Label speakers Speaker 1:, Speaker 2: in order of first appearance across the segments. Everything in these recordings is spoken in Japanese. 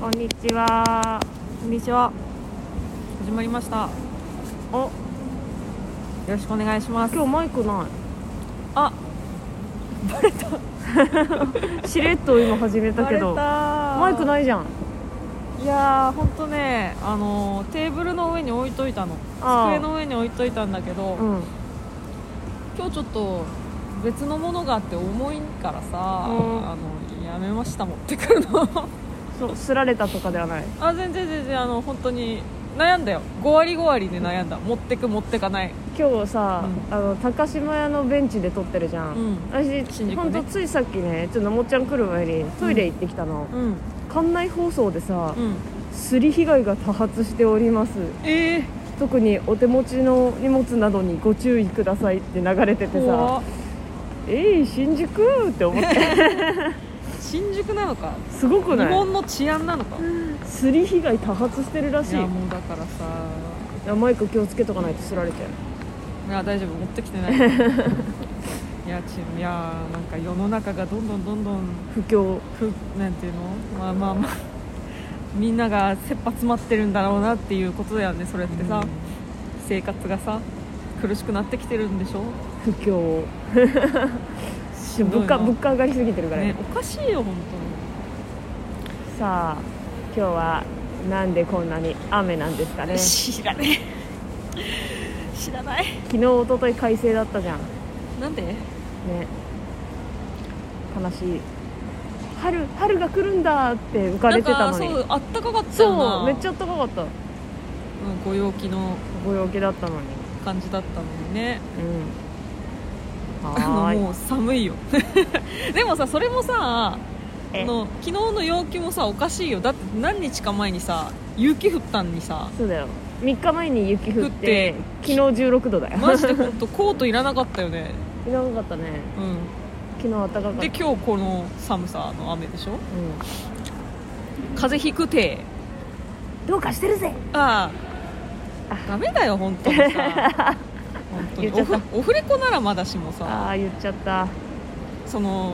Speaker 1: こんにちは。
Speaker 2: こんにちは。始まりました。よ
Speaker 1: あ、
Speaker 2: ろしくお願いします。
Speaker 1: 今日マイクな
Speaker 2: あ、
Speaker 1: い。しれっと今始めたけど、マ
Speaker 2: マ
Speaker 1: イク
Speaker 2: い。
Speaker 1: ないじゃん。
Speaker 2: いやー、本当ね、あのーテーブルの上に置いといたの。
Speaker 1: あー
Speaker 2: 机の上に置いといたんだけど、
Speaker 1: うん。
Speaker 2: 今日ちょっと別のものがあって重いから
Speaker 1: ん
Speaker 2: さ、あのやめました持ってくる の。
Speaker 1: そう、すられたとかではない。
Speaker 2: あ、全然全然あの本当に悩んだよ。5割5割で悩んだ。持ってく持ってかない。
Speaker 1: 今日さ、
Speaker 2: う
Speaker 1: あの高島屋のベンチで撮ってるじゃん。
Speaker 2: うん
Speaker 1: 私、
Speaker 2: 新宿ね
Speaker 1: ほんとついさっきね、ちょっともっちゃん来る前にトイレ行ってきたの。
Speaker 2: うん
Speaker 1: 館内放送でさ
Speaker 2: う、ん。
Speaker 1: すり被害が多発しております。
Speaker 2: えー、
Speaker 1: 特にお手持ちの荷物などにご注意くださいって流れてて
Speaker 2: 怖
Speaker 1: さ
Speaker 2: っ、
Speaker 1: えい、新宿って思って、
Speaker 2: 新宿なのか。
Speaker 1: すごく
Speaker 2: 日
Speaker 1: ない
Speaker 2: 本の治安なのか。
Speaker 1: すり被害多発してるらし
Speaker 2: い
Speaker 1: い
Speaker 2: やもうだからさ
Speaker 1: いやマイク気をつけとかないとすられちゃう
Speaker 2: いや大丈夫持ってきてな いいやちいやなんか世の中がどんどんどんどん
Speaker 1: 不況
Speaker 2: ふなんていうのまあまあまあみんなが切羽詰まってるんだろうなっていうことだよねそれってさ、
Speaker 1: うん
Speaker 2: 生活がさ苦しくなってきてるんでしょ
Speaker 1: 不況
Speaker 2: しんど
Speaker 1: 物
Speaker 2: いな
Speaker 1: 価物価上がりすぎてるから、
Speaker 2: ね
Speaker 1: ね、
Speaker 2: おかしいよ本
Speaker 1: さあ今日はなんでこんなに雨なんですか
Speaker 2: 当に、
Speaker 1: ね昨
Speaker 2: 知らねえ知らない
Speaker 1: 日一昨日快晴だったじゃんね
Speaker 2: なんで
Speaker 1: 悲しい春春が来るんだって浮かれてたのに
Speaker 2: なんかそうあったかかったよな
Speaker 1: そうめっちゃ暖かかった
Speaker 2: うん、ご陽気の
Speaker 1: ご陽気だったのに
Speaker 2: 感じだったのにね
Speaker 1: うん
Speaker 2: あの
Speaker 1: はーい
Speaker 2: もう寒いよ でもさそれもさあ
Speaker 1: え
Speaker 2: の昨日の陽気もさおかしいよだって何日か前にさ雪降ったのにさ
Speaker 1: そうだよ3日前に雪降っ
Speaker 2: 降ってて
Speaker 1: 昨日16度だよ
Speaker 2: マジで本当コートいらなかったよね、
Speaker 1: いらなかったね
Speaker 2: う
Speaker 1: 昨日暖かかっ
Speaker 2: ん、
Speaker 1: た
Speaker 2: で今日この寒さの雨でしょ
Speaker 1: う
Speaker 2: 風邪ひくて
Speaker 1: ん、どうかしてるぜ
Speaker 2: ああダメだよ本当に さ本当に
Speaker 1: 言
Speaker 2: オ
Speaker 1: っちゃっ
Speaker 2: フオフレコならまだしも
Speaker 1: あ
Speaker 2: さ
Speaker 1: あ言っちゃった
Speaker 2: その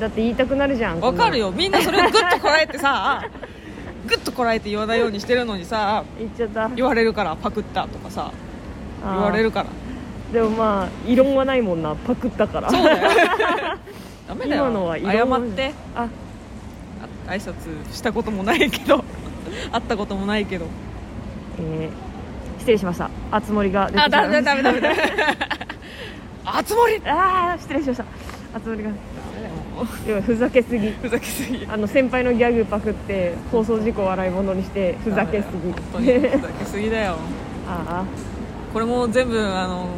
Speaker 1: だって言いたくなるじゃん
Speaker 2: わかる
Speaker 1: よ
Speaker 2: よみんなそれをグッとこらえてさグッとこらえて言わないようにしてるのにさ
Speaker 1: 言っちゃった
Speaker 2: 言われるからパクったとかさ
Speaker 1: あー
Speaker 2: 言われ るから
Speaker 1: でもまあ異論はないもんなパクったから
Speaker 2: そうだよダメだよ
Speaker 1: 今のは異
Speaker 2: 謝
Speaker 1: 論
Speaker 2: って
Speaker 1: あ
Speaker 2: あ挨拶したこともないけど 会ったこともないけど
Speaker 1: えー、失礼しましたあつ森が出てき
Speaker 2: あ
Speaker 1: た
Speaker 2: ダメダメダメダメ あつ森ダ
Speaker 1: あー失礼しましたあつ森が
Speaker 2: メだよもう
Speaker 1: でもふざけすぎ
Speaker 2: ふざけすぎ
Speaker 1: あの先輩のギャグパクって放送事故を笑い物にしてふざけすぎ
Speaker 2: ダメだよ本当にふざけすぎだよ
Speaker 1: あ
Speaker 2: これも全部あの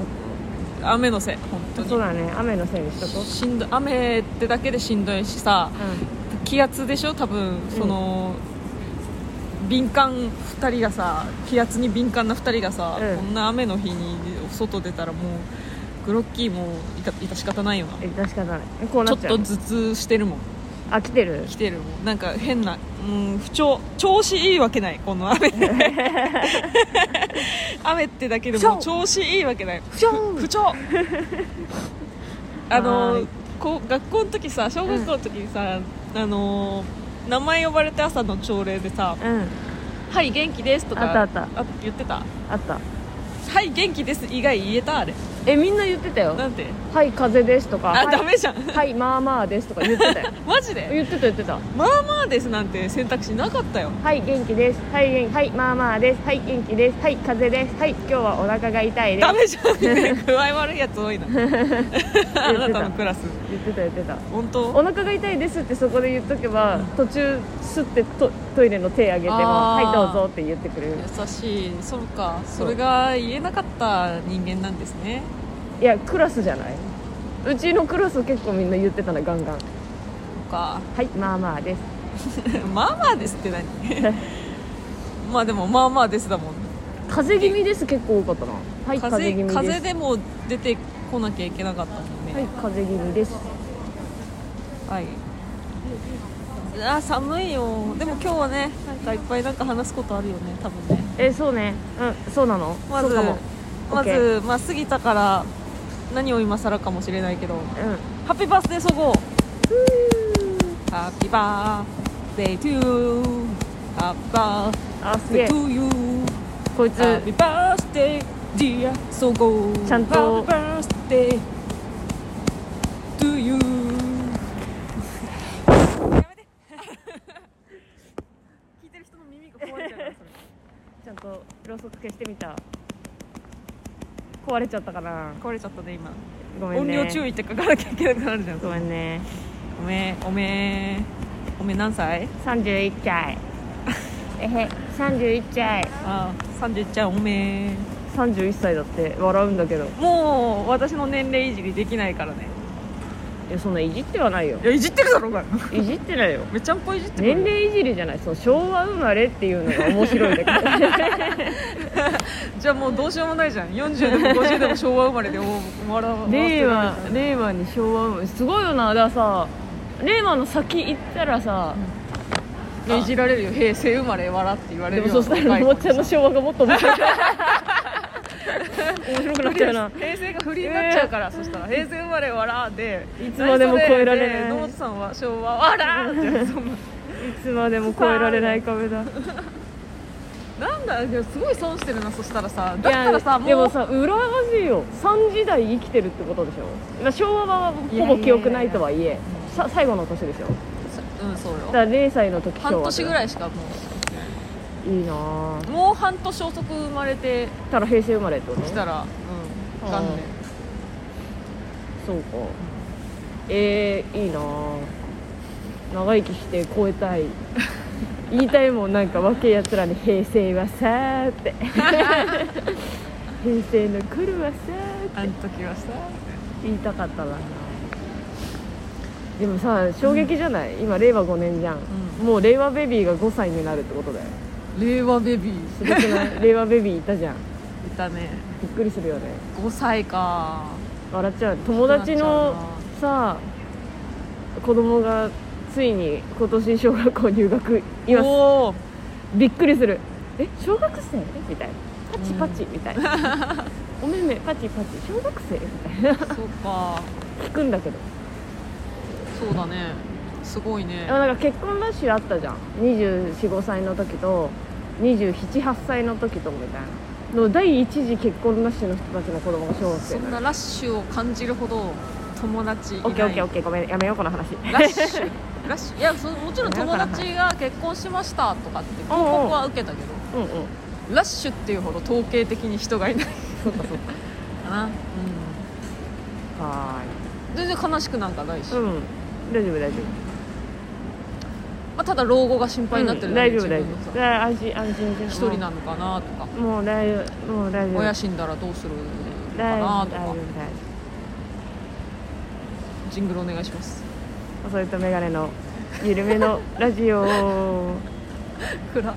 Speaker 2: 雨のせい本当
Speaker 1: あ
Speaker 2: に
Speaker 1: そうだね雨のせいにしとこ
Speaker 2: しんどい雨ってだけでしんどいしさ
Speaker 1: う、う
Speaker 2: 気圧でしょ多分その、敏感2人がさ気圧に敏感な2人がさ、
Speaker 1: うん
Speaker 2: こんな雨の日に外出たらもうグロッキーもいたいた仕方ないよなん
Speaker 1: え確かないこう
Speaker 2: ち
Speaker 1: な
Speaker 2: ょ
Speaker 1: っ
Speaker 2: っ
Speaker 1: ちゃ
Speaker 2: と
Speaker 1: う
Speaker 2: 頭痛してるもん
Speaker 1: あ来てる
Speaker 2: 来てるもんなんか変な、うん、不調調子いいわけないこの 雨雨ってだけでも
Speaker 1: 不調
Speaker 2: 調子いいわけない不
Speaker 1: 調
Speaker 2: 不調 あ
Speaker 1: はー
Speaker 2: の
Speaker 1: い
Speaker 2: こう学校の時さ小学校の時にさ、あの名前呼ばれて朝の朝礼でさ
Speaker 1: うん
Speaker 2: 「はい元気です」とか
Speaker 1: あったあっ
Speaker 2: 言ってた「
Speaker 1: あった
Speaker 2: はい元気です」以外言えたあれ
Speaker 1: えみんな言ってたよ
Speaker 2: なんて
Speaker 1: はい風邪ですとかは
Speaker 2: あ、
Speaker 1: い
Speaker 2: ダメじゃん
Speaker 1: はい、まあまあですとか言ってた よ。
Speaker 2: マジで
Speaker 1: 言ってた言ってた。
Speaker 2: まあまあですなんて選択肢なかったよ
Speaker 1: はい、元気です。はい、元気。はい、まあまあです。はい、元気です。はい、風邪です。はい、今日はお腹が痛いです
Speaker 2: ダ。メじゃんね具合悪いやつ多い なあなたのクラス
Speaker 1: 言ってた言ってた。
Speaker 2: 本当
Speaker 1: お腹が痛いですってそこで言っとけば、途中すってトトイレの手あげても、
Speaker 2: あ
Speaker 1: は
Speaker 2: ー
Speaker 1: い、どうぞって言ってくれる。
Speaker 2: 優しいそうか
Speaker 1: そ
Speaker 2: そうれが言えなかった人間なんですね
Speaker 1: いや、クラスじゃないうちのクラス結構みんな言ってたな、ガンガン。
Speaker 2: そっか
Speaker 1: はい、まあまあです。
Speaker 2: まあまあですっ て何まあでもまあまあですだもん
Speaker 1: 風邪気味です結構多かったな。はい、風
Speaker 2: 風
Speaker 1: 邪気味
Speaker 2: 風
Speaker 1: です。
Speaker 2: でも出てこなきゃいけなかったもん
Speaker 1: はい
Speaker 2: ね、
Speaker 1: 風邪気味です。
Speaker 2: はい、あ寒いよでも今日はねなんかいっぱいなんか話すことあるよね多分ね
Speaker 1: え、そうね。うん、そうなの
Speaker 2: ま
Speaker 1: そう
Speaker 2: ず
Speaker 1: かも。
Speaker 2: ま
Speaker 1: OK
Speaker 2: ず、まあ、過ぎたから何を今更かもしれないけど
Speaker 1: うん。
Speaker 2: ハッピーバースデーそごうハッピーバースデートゥーハッバー
Speaker 1: あすげ
Speaker 2: デ
Speaker 1: え
Speaker 2: ートゥユー
Speaker 1: こいつ
Speaker 2: ハッピーバースデーディアソゴ
Speaker 1: ちゃんと
Speaker 2: ハッピーバースデートゥユーやめて聞いてる人の耳が壊れちゃうからそれ
Speaker 1: ちゃんとろうそく消してみた壊れちゃったかな
Speaker 2: 壊れちゃったね今
Speaker 1: ごめん
Speaker 2: 音
Speaker 1: ね
Speaker 2: 量注意って書かなきゃいけなくなるじゃん
Speaker 1: ごめんね
Speaker 2: おめえおめえおめえ何歳
Speaker 1: 31歳えへ31歳
Speaker 2: ああ31ちゃんおめえ
Speaker 1: 31歳だって笑うんだけど
Speaker 2: もう私の年齢いじりできないからね
Speaker 1: いやそんないじってはないよ
Speaker 2: いやいじってるだろうが
Speaker 1: いじってないよ
Speaker 2: めちゃんぽいじってる
Speaker 1: 年齢いじりじゃないその昭和生まれっていうのが面白いんだけど
Speaker 2: じゃあもうどうしようもないじゃん40でも50でも昭和生まれでもう笑わ
Speaker 1: 令和令和に昭和生まれすごいよなだからさ令和の先行ったらさ、
Speaker 2: いやいじられるよ平成生まれ笑って言われ
Speaker 1: で
Speaker 2: る
Speaker 1: も
Speaker 2: よ
Speaker 1: そしたらのもっちゃんの昭和がもっと面白い面白くなっちゃう な
Speaker 2: 平成が不利になっちゃうから、そしたら平成生まれ笑で
Speaker 1: いつまでも超えられない
Speaker 2: で野本さんは昭和笑 ってそんない
Speaker 1: つまでも超えられない壁だい
Speaker 2: なんだでもすごい損してるなそしたらさだった
Speaker 1: や
Speaker 2: らさもう
Speaker 1: でもさ羨ましいよ3時代生きてるってことでしょまあ昭和はほぼ記憶ないとはいえさ最後の年でしょ
Speaker 2: うんそうよ
Speaker 1: だから0歳の時
Speaker 2: 半年ぐ
Speaker 1: い
Speaker 2: らいしかも
Speaker 1: いいなぁ
Speaker 2: うもう半年遅く生まれて
Speaker 1: たら平成生まれってこと
Speaker 2: きたら、うん、元年
Speaker 1: そうかえー、いいなぁ長生きして超えた い言いたいもんなんか若いやつらに「平成はさー」って 平成の頃はさーって
Speaker 2: あの時はさ
Speaker 1: 言いたかったなでもさ衝撃じゃない、今令和5年じゃん、もう令和ベビーが5歳になるってことだよ
Speaker 2: 令和ベビー
Speaker 1: すごく ない令和ベビーいたじゃん
Speaker 2: いたね
Speaker 1: びっくりするよね
Speaker 2: 5歳か
Speaker 1: 笑っちゃう友達のさ子供がついに今年小学校入学います
Speaker 2: おお
Speaker 1: びっくりするえ小学生みたいなパチパチみたいな、 おめめパチパチ小学生みたいな
Speaker 2: そうか
Speaker 1: 聞くんだけど
Speaker 2: そうだねすごいね
Speaker 1: でもなんか結婚ラッシュあったじゃん245歳の時と278歳の時とみたいなの第一次結婚ラッシュの人たちの子供が小学生
Speaker 2: そん
Speaker 1: な
Speaker 2: な
Speaker 1: の
Speaker 2: ラッシュを感じるほど友達いない
Speaker 1: オッケーオッケーオッケーごめんやめようこの話
Speaker 2: ラッシュラッシュいやそもちろん友達が結婚しましたとかって報告は受けたけど
Speaker 1: うんうん
Speaker 2: ラッシュっていうほど統計的に人がいない
Speaker 1: そうかそうか
Speaker 2: かな、うん、
Speaker 1: は
Speaker 2: 全然悲しくなんかないし、
Speaker 1: ーいうん大丈夫大丈夫
Speaker 2: まあ、ただ老後が心配になってる
Speaker 1: うん
Speaker 2: だけ
Speaker 1: 大
Speaker 2: で
Speaker 1: 丈夫大丈
Speaker 2: 自
Speaker 1: 夫
Speaker 2: 分のさ
Speaker 1: だ安心安心して
Speaker 2: 一人なのかなとか
Speaker 1: もう大丈夫もう大丈夫
Speaker 2: 親死んだらどうするのか
Speaker 1: 大丈
Speaker 2: な
Speaker 1: 夫大
Speaker 2: と
Speaker 1: 丈夫
Speaker 2: か
Speaker 1: 大丈
Speaker 2: ジングルお願いします
Speaker 1: 夫そういったメガネの緩めのラジオ
Speaker 2: 暗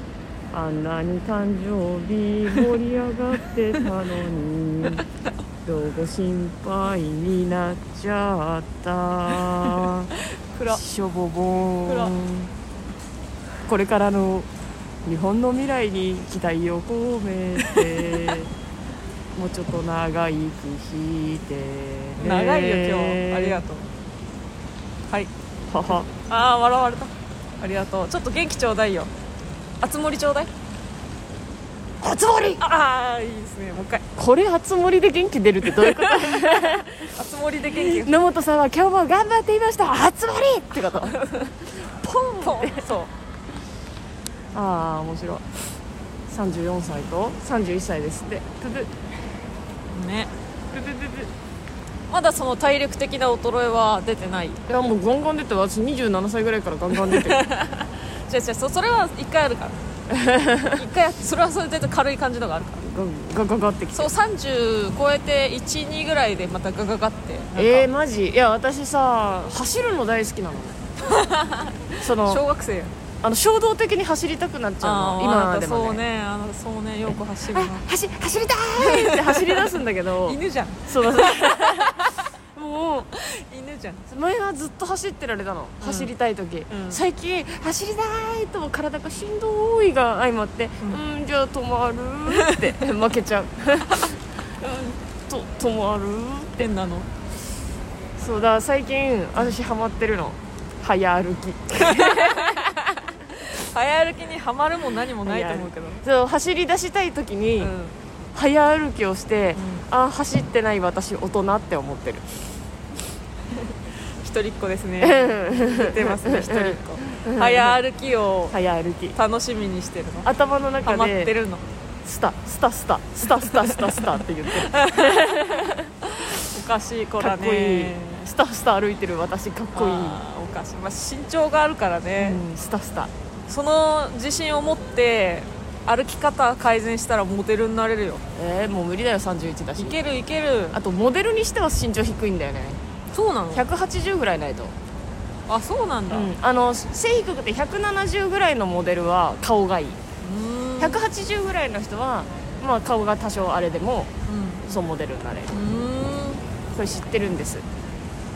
Speaker 1: あんなに誕生日盛り上がってたのに どうも心配になっちゃった
Speaker 2: 暗
Speaker 1: しょぼぼ
Speaker 2: 暗
Speaker 1: ーんこれからの日本の未来に期待を込めてもうちょっと長生きして
Speaker 2: 長いよ今日ありが
Speaker 1: と
Speaker 2: とうはい
Speaker 1: はは
Speaker 2: ああ笑われたありがとうちょっと元気ちょうだいよあつ森ちょうだい
Speaker 1: 熱盛
Speaker 2: ああいいですねもう一回
Speaker 1: これ熱盛で元気出るってどういうこと
Speaker 2: あつ森で元気
Speaker 1: 野本さんは今日も頑張っていました熱盛ってこと
Speaker 2: ポンポン そう
Speaker 1: ああ面白い34歳と31歳ですってプププ
Speaker 2: ね
Speaker 1: プププ
Speaker 2: まだその体力的な衰えは出てない
Speaker 1: プいやもうガンガン出てる私27歳ぐらいからガンガン 出てる
Speaker 2: 違う違うそそれは一回あるから 一回それはそれで軽い感じのがあるから
Speaker 1: ガンガンガンガンってきて
Speaker 2: そう30超えて12ぐらいでまたガガガってなんか
Speaker 1: えー、マジいや私さ走るの大好き なのその
Speaker 2: 小学生
Speaker 1: あの衝動的に走りたくなっちゃうの
Speaker 2: あ
Speaker 1: 今
Speaker 2: ー
Speaker 1: で
Speaker 2: あなたそ
Speaker 1: も
Speaker 2: う
Speaker 1: ね
Speaker 2: ねあのそうねよく走るな
Speaker 1: 走走りたいって走り出すんだけ ど
Speaker 2: 犬じゃん
Speaker 1: そうだそうもう
Speaker 2: 犬じゃん
Speaker 1: 前はずっと走ってられたの、
Speaker 2: うん
Speaker 1: 走りたい時、
Speaker 2: うん
Speaker 1: 最近走りたいとも体がしんどいが相まってう
Speaker 2: うん
Speaker 1: ーんじゃあ止まるー って負けちゃううんと止まるー
Speaker 2: ってなの
Speaker 1: そうだ最近私ハマってるの早歩き
Speaker 2: 早歩きにはまるも何もないと思うけど
Speaker 1: そう走り出したい時に
Speaker 2: うん
Speaker 1: 早歩きをして、あ走ってない私大人って思ってる
Speaker 2: 一人っ子ですね出てますね一人っ子早歩きを
Speaker 1: 早歩き
Speaker 2: 楽しみにしてるの
Speaker 1: 頭の中
Speaker 2: ハマっ
Speaker 1: で
Speaker 2: てるの
Speaker 1: スタスタスタスタスタスタスタって言ってる
Speaker 2: おかしい子
Speaker 1: か
Speaker 2: だ
Speaker 1: っこいい
Speaker 2: ね
Speaker 1: スタスタ歩いてる私かっこいい、
Speaker 2: あーおかしい、まあ、身長があるからね、
Speaker 1: うん、スタスタ
Speaker 2: その自信を持って歩き方改善したらモデルになれるよ
Speaker 1: えー、もう無理だよ31だし
Speaker 2: いけるいける
Speaker 1: あとモデルにしては身長低いんだよね
Speaker 2: そうなの
Speaker 1: 180ぐらいないと、
Speaker 2: あそうなんだ、う
Speaker 1: あの背低くて170ぐらいのモデルは顔がいい
Speaker 2: ーん
Speaker 1: 180ぐらいの人は、まあ、顔が多少あれでもそうモデルになれる
Speaker 2: うんう
Speaker 1: それ知ってるんです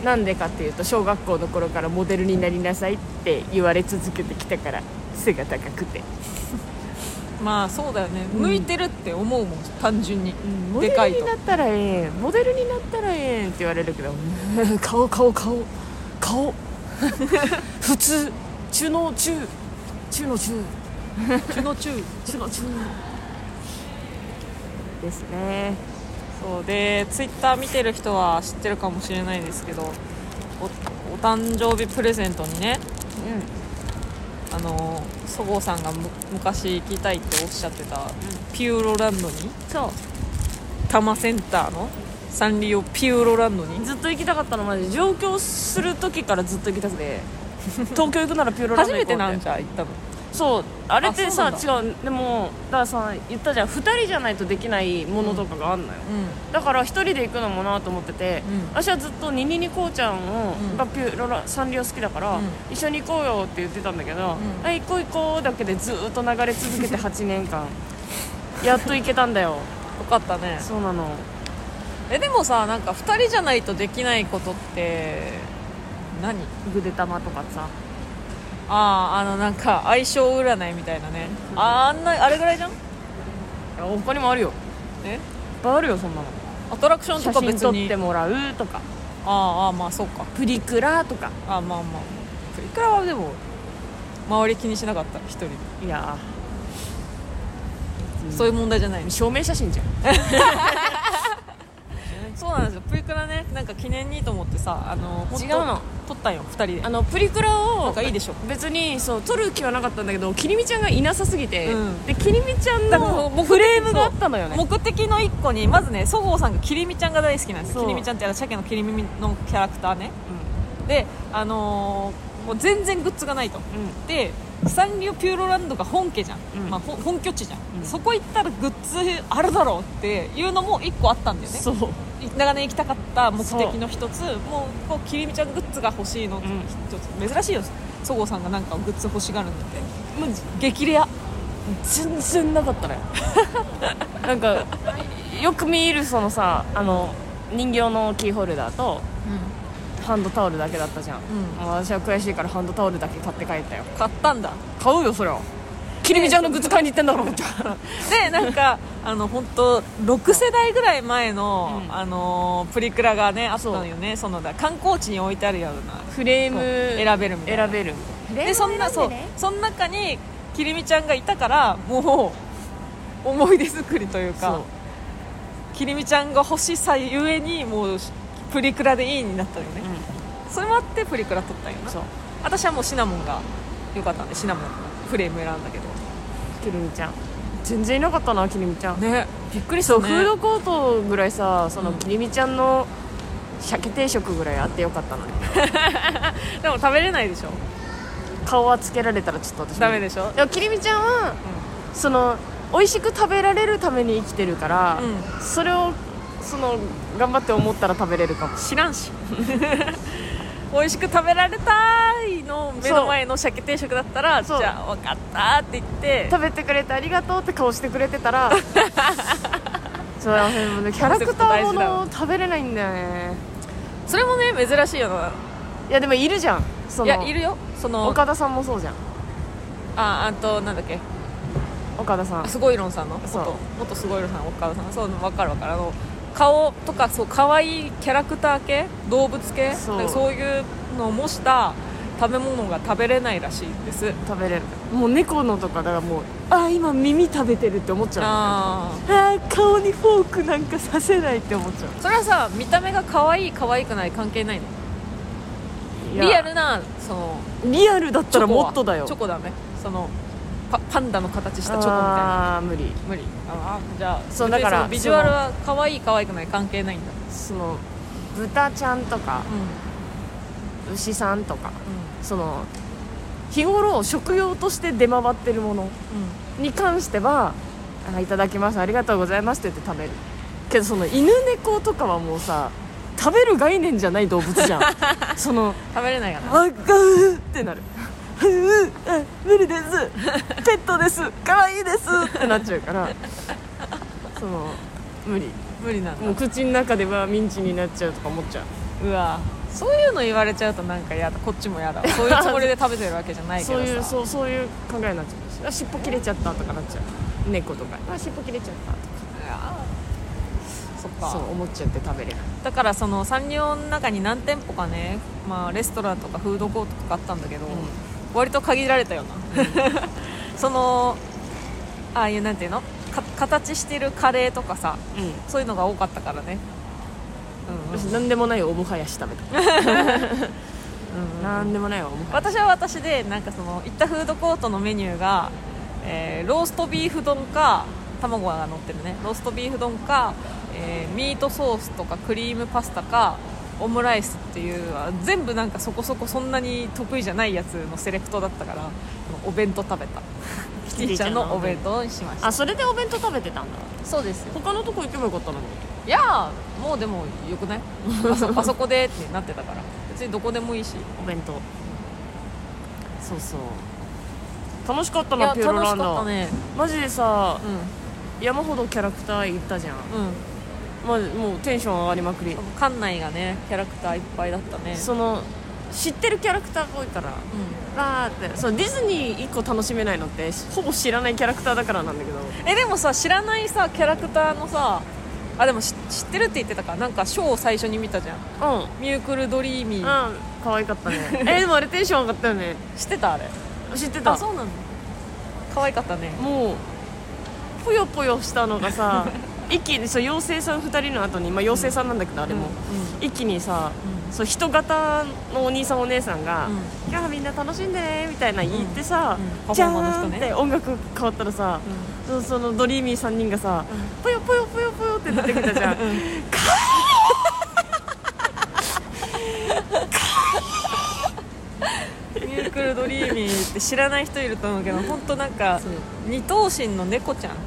Speaker 1: なんでかっていうと小学校の頃からモデルになりなさいって言われ続けてきたから背が高くて、
Speaker 2: ーんまあそうだよね
Speaker 1: うん
Speaker 2: 向いてるって思うもん単純に、
Speaker 1: モデ
Speaker 2: でか
Speaker 1: ル
Speaker 2: い
Speaker 1: に
Speaker 2: と
Speaker 1: なったらええモデルになったらええんって言われるけど うん顔顔顔顔 普通中の中中の中
Speaker 2: 中の中
Speaker 1: 中の中ですね
Speaker 2: そうでツイッター見てる人は知ってるかもしれないですけどおお誕生日プレゼントにねあのそごうさんがむ昔行きたいっておっしゃってた、ピューロランドに
Speaker 1: そ
Speaker 2: 多摩センターのサンリオピューロランドに
Speaker 1: うずっと行きたかったのマジで上京する時からずっと行きたく て東京行くならピューロラン
Speaker 2: 初
Speaker 1: ド行こうって
Speaker 2: めてなんじゃ行ったの
Speaker 1: そうあれってさ
Speaker 2: あそ
Speaker 1: 違うでもだからさ言ったじゃん2人じゃないとできないものとかがあんのよ、
Speaker 2: う
Speaker 1: だから1人で行くのもなと思ってて、
Speaker 2: うん
Speaker 1: 私はずっとニニニこうちゃんを、
Speaker 2: うん
Speaker 1: がピューロラサンリオ好きだから、
Speaker 2: うん
Speaker 1: 一緒に行こうよって言ってたんだけど「
Speaker 2: うん
Speaker 1: あ行こう行こう」だけでずっと流れ続け て8年間やっと行けたんだ よ
Speaker 2: んよかったね
Speaker 1: そうなの
Speaker 2: えでもさなんか2人じゃないとできないことって何
Speaker 1: ぐで玉とかさ
Speaker 2: あああのなんか相性占いみたいなねあんなあれぐらいじゃん
Speaker 1: いや他にもあるよい
Speaker 2: え
Speaker 1: っぱいあるよそんなの
Speaker 2: アトラクションと
Speaker 1: 写
Speaker 2: か
Speaker 1: 真
Speaker 2: 別
Speaker 1: 撮っ
Speaker 2: に
Speaker 1: てもらうとか
Speaker 2: あーあーまあそうか
Speaker 1: プリクラとか
Speaker 2: あーまあまあいくらはでも周り気にしなかった一人で、
Speaker 1: いや
Speaker 2: そういう問題じゃない
Speaker 1: ー証明写真じゃん
Speaker 2: そうなんですよプリクラねなんか記念にと思ってさあの本当
Speaker 1: 違うの
Speaker 2: 撮ったんよ2人で
Speaker 1: あのプリクラを
Speaker 2: なんかいいでしょ
Speaker 1: 別にそう撮る気はなかったんだけどきりみちゃんがいなさすぎて、
Speaker 2: うん
Speaker 1: できりみちゃん
Speaker 2: だからも
Speaker 1: の
Speaker 2: う僕
Speaker 1: フレームがあったのよね
Speaker 2: 目的の1個にまずねそごうさんがきりみちゃんが大好きなんですよ
Speaker 1: そう
Speaker 2: きりみちゃんってあの鮭のきりみのキャラクターねであのーもう全然グッズがないと
Speaker 1: うん、うん
Speaker 2: でサンリオピューロランドが本家じゃん、
Speaker 1: うん
Speaker 2: まあ、ほ本拠地じゃん、
Speaker 1: うん
Speaker 2: そこ行ったらグッズあるだろうっていうのも1個あったんだよね
Speaker 1: そう
Speaker 2: 長年行きたかった目的の一つもうこうきりみちゃんグッズが欲しいの
Speaker 1: ん
Speaker 2: 一つ、珍しいよそごうさんがなんかグッズ欲しがるんだってもう激レア
Speaker 1: 全然なか ったねなんかよく見るそのさあの人形のキーホルダーとハンドタオルだけだったじゃん、
Speaker 2: う
Speaker 1: もう私は悔しいからハンドタオルだけ買って帰ったよ
Speaker 2: 買ったんだ
Speaker 1: 買うよそりゃきりみちゃんのグッズ買いに行ってんだろうって
Speaker 2: でな んかあの本当6世代ぐらい前の、
Speaker 1: うん
Speaker 2: あのープリクラがねあったのよねそのだ観光地に置いてあるような
Speaker 1: フレー
Speaker 2: こ
Speaker 1: ム
Speaker 2: う選べるみたいな
Speaker 1: 選べる
Speaker 2: でそんなそうその中にきりみちゃんがいたからもう 思い出作りという
Speaker 1: そ
Speaker 2: か
Speaker 1: う
Speaker 2: きりみちゃんが欲しさゆえにもうプリクラでいいになったよね、それもあってプリクラ撮ったんよな
Speaker 1: そう
Speaker 2: 私はもうシナモンが良かったんでシナモンフレーム選んだけど
Speaker 1: きりみちゃん全然いなかったなきりみちゃん
Speaker 2: ねびっくりした
Speaker 1: そう
Speaker 2: ね
Speaker 1: フードコートぐらいさその
Speaker 2: うん
Speaker 1: きりみちゃんの鮭定食ぐらいあってよかったのに
Speaker 2: でも食べれないでしょ
Speaker 1: 顔はつけられたらちょっと私
Speaker 2: ダメでしょ
Speaker 1: でもきりみちゃんは、その美味しく食べられるために生きてるから、
Speaker 2: う
Speaker 1: それをその頑張って思ったら食べれるかも
Speaker 2: 知らんし 美味しく食べられたいの目の前の鮭定食だったらじ
Speaker 1: そう
Speaker 2: ゃあ分かったって言って
Speaker 1: 食べてくれてありがとうって顔してくれてた らそうだねもうねキャラクターもの食べれないんだよね
Speaker 2: それもね珍しいよない
Speaker 1: やでもいるじゃんそ
Speaker 2: い
Speaker 1: の
Speaker 2: やいるよその
Speaker 1: 岡田さんもそうじゃん
Speaker 2: ああとなんだっけ
Speaker 1: 岡田さん
Speaker 2: あすごいろんさんの元
Speaker 1: そう
Speaker 2: 元すごいろんさん岡田さんそう分かる分かるあの顔とかそう可愛いキャラクター系動物系
Speaker 1: そう
Speaker 2: なんかそういうのを模した食べ物が食べれないらしいです
Speaker 1: 食べれるもう猫のとかだからもうあ今耳食べてるって思っちゃう
Speaker 2: あ
Speaker 1: あー顔にフォークなんかさせないって思っちゃう
Speaker 2: ーそれはさ見た目が可愛い可愛くない関係ないの
Speaker 1: いや
Speaker 2: リアルなその
Speaker 1: リアルだったら
Speaker 2: チョコは
Speaker 1: もっとだよ
Speaker 2: チョコだねそのパパンダの形したチョコみたいな
Speaker 1: ああー無理
Speaker 2: 無理ああじゃあ
Speaker 1: そう
Speaker 2: 別に
Speaker 1: だから
Speaker 2: のビジュアルは可愛い可愛くない関係ないんだ
Speaker 1: その豚ちゃんとか
Speaker 2: うん
Speaker 1: 牛さんとか
Speaker 2: う
Speaker 1: その日頃食用として出回ってるもの
Speaker 2: んうん
Speaker 1: に関してはあいただきますありがとうございますって言って食べるけどその犬猫とかはもうさ食べる概念じゃない動物じゃ んその
Speaker 2: 食べれない
Speaker 1: 「
Speaker 2: かな
Speaker 1: あっガー」ってなる「ふうあ無理ですペットです可愛いです」ってなっちゃうからその無理
Speaker 2: 無理なんだ
Speaker 1: もう口の中ではミンチになっちゃうとか思っちゃう
Speaker 2: うわそういうの言われちゃうとなんかやだこっちもやだそういうつもりで食べてるわけじゃないけ
Speaker 1: そ
Speaker 2: ど
Speaker 1: う
Speaker 2: さ
Speaker 1: いうそうそういう考えになっちゃうあ尻尾切れちゃったとかなっちゃう猫とかあ尻尾切れちゃったと
Speaker 2: わそっ
Speaker 1: か
Speaker 2: か
Speaker 1: そう思っちゃって食べれない
Speaker 2: だからそのサンリオの中に何店舗かね、まあ、レストランとかフードコートとかあったんだけど、割と限られたよな、そのああいうなんていうのか形してるカレーとかさ
Speaker 1: うん
Speaker 2: そういうのが多かったからねうん
Speaker 1: 私何でもないおもはやし食べた 何でもないおもはや
Speaker 2: 私は私でなんかその行ったフードコートのメニューが、えーローストビーフ丼か卵が乗ってるねローストビーフ丼か、えーミートソースとかクリームパスタかオムライスっていうあ全部なんかそこそこそんなに得意じゃないやつのセレクトだったからお弁当食べたキティちゃんのお弁当にしました
Speaker 1: あそれでお弁当食べてたんだ
Speaker 2: そうですよ
Speaker 1: 他のとこ行けばよかったのに
Speaker 2: いやーもうでもよくないあそあそこでってなってたから別にどこでもいいし
Speaker 1: お弁当そうそう楽しかった
Speaker 2: い
Speaker 1: な
Speaker 2: や
Speaker 1: ピューロ
Speaker 2: 楽
Speaker 1: ラ
Speaker 2: し
Speaker 1: ンド
Speaker 2: かったね
Speaker 1: マジでさ
Speaker 2: う
Speaker 1: 山ほどキャラクターいったじゃん
Speaker 2: んうん
Speaker 1: マジもうテンション上がりまくり
Speaker 2: 館内がねキャラクターいっぱいだったね
Speaker 1: その知ってるキャラクターが多いから
Speaker 2: う
Speaker 1: わーってそうディズニー1個楽しめないのってほぼ知らないキャラクターだからなんだけど
Speaker 2: ん、えでもさ知らないさキャラクターのさあでも知知ってるって言ってたからなんかショーを最初に見たじゃん
Speaker 1: うん
Speaker 2: ミュークルドリーミー
Speaker 1: うん可愛かったね えでもあれテンション上がったよね
Speaker 2: 知ってたあれ
Speaker 1: 知ってた
Speaker 2: あそうなの可愛かったね
Speaker 1: もうぽよぽよしたのが さ一気にそう妖精さん2人の後にまあ妖精さんなんだけどあれも、一気にさ、
Speaker 2: うん
Speaker 1: そう人型のお兄さんお姉さんが
Speaker 2: うん
Speaker 1: 「いやみんな楽しんでね」みたいな言ってさ
Speaker 2: うんうん
Speaker 1: 「
Speaker 2: パフ
Speaker 1: じ
Speaker 2: ォ
Speaker 1: ゃ
Speaker 2: ーマーの人
Speaker 1: ーん」
Speaker 2: ね
Speaker 1: って音楽変わったらさ、そうそのドリーミー3人がさ「ぽよぽよぽよぽよ」って出てきたじ ゃんかわいい
Speaker 2: うんミュークルドリーミーって知らない人いると思うけど本当なんか
Speaker 1: そう
Speaker 2: 二頭身の猫ちゃん
Speaker 1: うん
Speaker 2: っ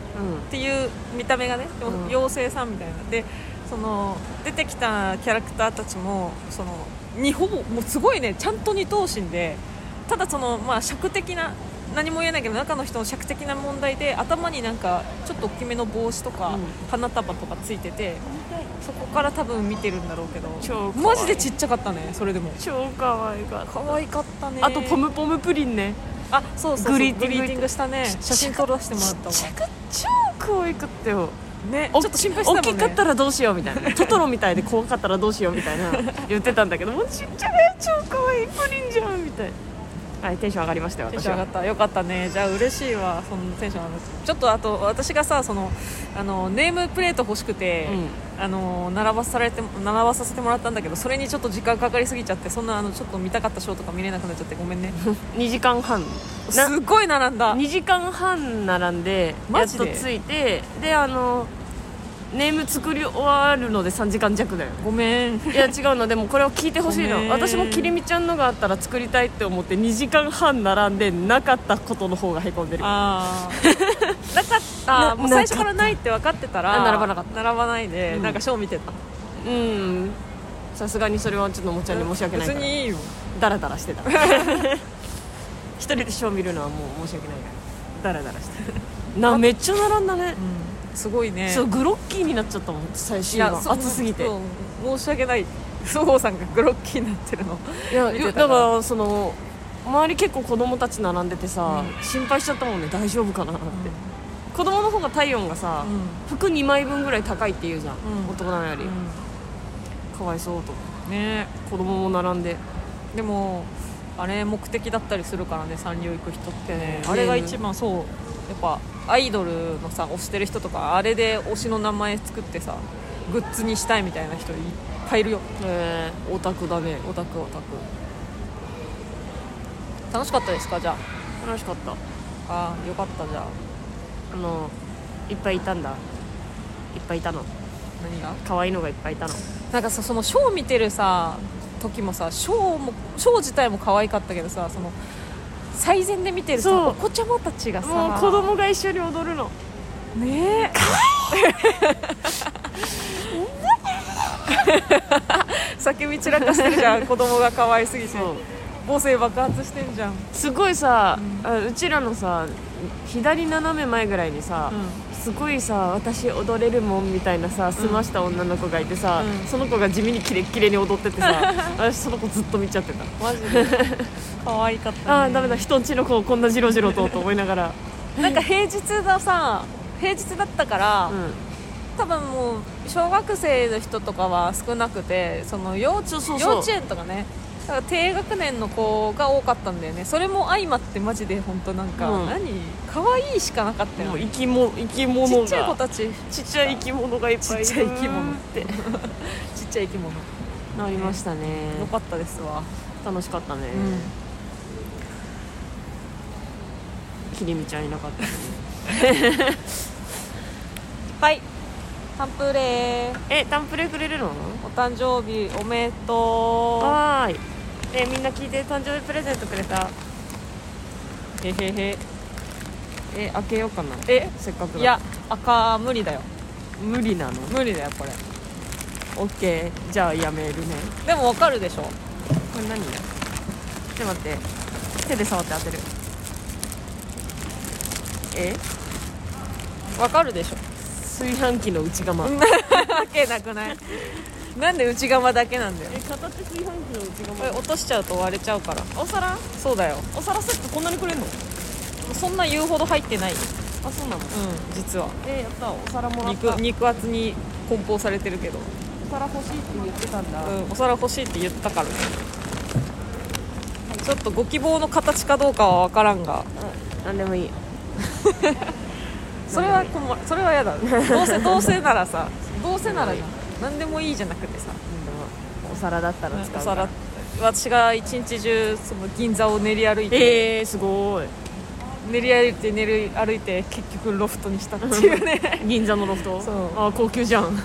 Speaker 2: ていう見た目がね、でも
Speaker 1: うん
Speaker 2: 妖精さんみたいなでその出てきたキャラクターたちもそのにほぼもうすごいねちゃんと二頭身でただそのまあ尺的な何も言えないけど中の人の尺的な問題で頭になんかちょっと大きめの帽子とか、
Speaker 1: うん
Speaker 2: 花束とかついててそこから多分見てるんだろうけど
Speaker 1: 超可愛い
Speaker 2: マジでちっちゃかったねそれでも
Speaker 1: 超可愛かった
Speaker 2: 可愛かったね
Speaker 1: あとポムポムプリンね
Speaker 2: あそうそうそ
Speaker 1: グ
Speaker 2: うグ
Speaker 1: リ
Speaker 2: リ
Speaker 1: ー
Speaker 2: ー
Speaker 1: テ
Speaker 2: テ
Speaker 1: ィング
Speaker 2: ィングしたね
Speaker 1: ちっちゃか
Speaker 2: 写真撮らせてもらったわ
Speaker 1: ちっちゃく超可愛かったよ
Speaker 2: ねちょ
Speaker 1: お
Speaker 2: っと心配してたもんね
Speaker 1: 大きかったらどうしようみたいなトトロみたいで怖かったらどうしようみたいな言ってたんだけどもうちっちゃい超可愛いプリンじゃんみたいなはいテンション上がりましたよ
Speaker 2: テン
Speaker 1: 私
Speaker 2: ション上が
Speaker 1: は
Speaker 2: ったよかったねじゃあ嬉しいわそのテンション上がったちょっとあと私がさそのあのネームプレート欲しくて、あの並ばされて並ばさせてもらったんだけどそれにちょっと時間かかりすぎちゃってそんなあのちょっと見たかったショーとか見れなくなっちゃってごめんね
Speaker 1: 2時間半
Speaker 2: す
Speaker 1: な
Speaker 2: っごい並んだ
Speaker 1: 2時間半並んでや
Speaker 2: マ
Speaker 1: っ
Speaker 2: ジ
Speaker 1: と
Speaker 2: で
Speaker 1: 着いてであのネーム作り終わるので3時間弱だよ
Speaker 2: ごめん
Speaker 1: いや違うのでもこれを聞いてほしい
Speaker 2: ご
Speaker 1: の
Speaker 2: めん
Speaker 1: 私もきりみちゃんのがあったら作りたいって思って2時間半並んでなかったことの方がへこんでる
Speaker 2: あ ーなかった
Speaker 1: な
Speaker 2: もう最初からないって分かってたら
Speaker 1: なかったあ並ばなかった
Speaker 2: 並ばないで、
Speaker 1: うん
Speaker 2: なんかショー見てた
Speaker 1: うんさすがにそれはちょっともちゃんに申し訳ないから
Speaker 2: 別にいいよ
Speaker 1: ダラダラしてた 一人でショー見るのはもう申し訳ないからダラダラしてたなめっちゃ並んだね
Speaker 2: すごいね
Speaker 1: そうグロッキーになっちゃったもん最
Speaker 2: い
Speaker 1: 終
Speaker 2: や
Speaker 1: 盤
Speaker 2: そう
Speaker 1: 暑すぎて
Speaker 2: そう申し訳ないそごうさんがグロッキーになってるの
Speaker 1: いや
Speaker 2: 見
Speaker 1: よ
Speaker 2: て
Speaker 1: だ
Speaker 2: たら
Speaker 1: からその周り結構子供たち並んでてさ、
Speaker 2: う
Speaker 1: 心配しちゃったもんね大丈夫かなって、子供の方が体温がさ、
Speaker 2: う
Speaker 1: 服2枚分ぐらい高いって言うじゃん、
Speaker 2: うん
Speaker 1: 男なのより、
Speaker 2: ん
Speaker 1: かわいそうと思
Speaker 2: ね
Speaker 1: う子供も並んで
Speaker 2: でもあれ目的だったりするからねサンリオ行く人ってね
Speaker 1: うん
Speaker 2: あれが一番そうやっぱアイドルのさ推してる人とかあれで推しの名前作ってさグッズにしたいみたいな人いっぱいいるよ
Speaker 1: へえ
Speaker 2: オタクだねオタクオタク楽しかったですかじゃ
Speaker 1: 楽しかった
Speaker 2: ああーよかったじゃあ
Speaker 1: あのいっぱいいたんだいっぱいいたの
Speaker 2: 何が
Speaker 1: 可愛いのがいっぱいいたの
Speaker 2: なんかさそのショー見てるさ時もさショーもショー自体も可愛かったけどさその最前で見てる
Speaker 1: そう
Speaker 2: さお子ちゃまたちがさ
Speaker 1: もう子供が一緒に踊るの
Speaker 2: ねえかわいい叫び散らかしてるじゃん子供が可愛すぎて
Speaker 1: そう
Speaker 2: 母性爆発してんじゃん、
Speaker 1: すごいさ、ううちらのさ左斜め前ぐらいにさ、すごいさ私踊れるもんみたいなさ澄ました女の子がいてさ、
Speaker 2: うん
Speaker 1: その子が地味にキレッキレに踊っててさ 私その子ずっと見ちゃってた、
Speaker 2: マジ で可愛かった、ね、
Speaker 1: ああダメだ人んちの子をこんなジロジロとと思いながら、
Speaker 2: なんか平日ださ平日だったから、
Speaker 1: う
Speaker 2: 多分もう小学生の人とかは少なくてその幼稚
Speaker 1: そうそうそう
Speaker 2: 幼稚園とかねだから低学年の子が多かったんだよねそれも相まってマジで本当なんか、
Speaker 1: うん
Speaker 2: 何可愛いしかなかった
Speaker 1: ん、
Speaker 2: よ
Speaker 1: もう
Speaker 2: ね
Speaker 1: 生きも生き物が
Speaker 2: ちっちゃい子たち
Speaker 1: ちっちゃい生き物がいっぱいいる
Speaker 2: ちっちゃい生き物
Speaker 1: って
Speaker 2: ちっちゃい生き物よ
Speaker 1: なりましたね
Speaker 2: かったですわ、
Speaker 1: 楽しかったね、きりみちゃんいなかったね
Speaker 2: はいタンプレー
Speaker 1: えタンプレくれるの
Speaker 2: お誕生日おめでと
Speaker 1: はーいねみんな聞いて誕生日プレゼントくれた
Speaker 2: うへへへ
Speaker 1: え開けようかな
Speaker 2: え
Speaker 1: せっかく
Speaker 2: い
Speaker 1: いや
Speaker 2: や赤無理だよ
Speaker 1: 無理なの
Speaker 2: 無理だよこれ
Speaker 1: オッケーじゃあやめるね
Speaker 2: でもわかるでしょ
Speaker 1: これ何ちょっと待って手で触って当てるえ
Speaker 2: わかるでしょ
Speaker 1: 炊飯器の内釜
Speaker 2: わけなくないなんで内釜だけなんだよ
Speaker 1: え片手炊飯器の内
Speaker 2: これ落としちゃうと割れちゃうから
Speaker 1: お皿
Speaker 2: そうだよ
Speaker 1: お皿セットこんなにくれるのあ
Speaker 2: そんな言うほど入ってないうん
Speaker 1: そうなの
Speaker 2: 実は
Speaker 1: えやったお皿もらった
Speaker 2: 肉肉厚に梱包されてるけど、
Speaker 1: お皿欲しいって言ってたんだ、
Speaker 2: うん、お皿欲しいって言ったからね、ちょっとご希望の形かどうかは分からんが
Speaker 1: なんでもいい
Speaker 2: それは困るそれは嫌だど うせどうせならさどうせならじゃん何でもいいじゃなくてさ
Speaker 1: お皿だったら使う
Speaker 2: お
Speaker 1: から
Speaker 2: 皿私が一日中その銀座を練り歩いて、
Speaker 1: えー、すごい
Speaker 2: 練り歩いて練り歩いて結局ロフトにしたっていう ね
Speaker 1: 銀座のロフト
Speaker 2: そう
Speaker 1: あー高級じゃん銀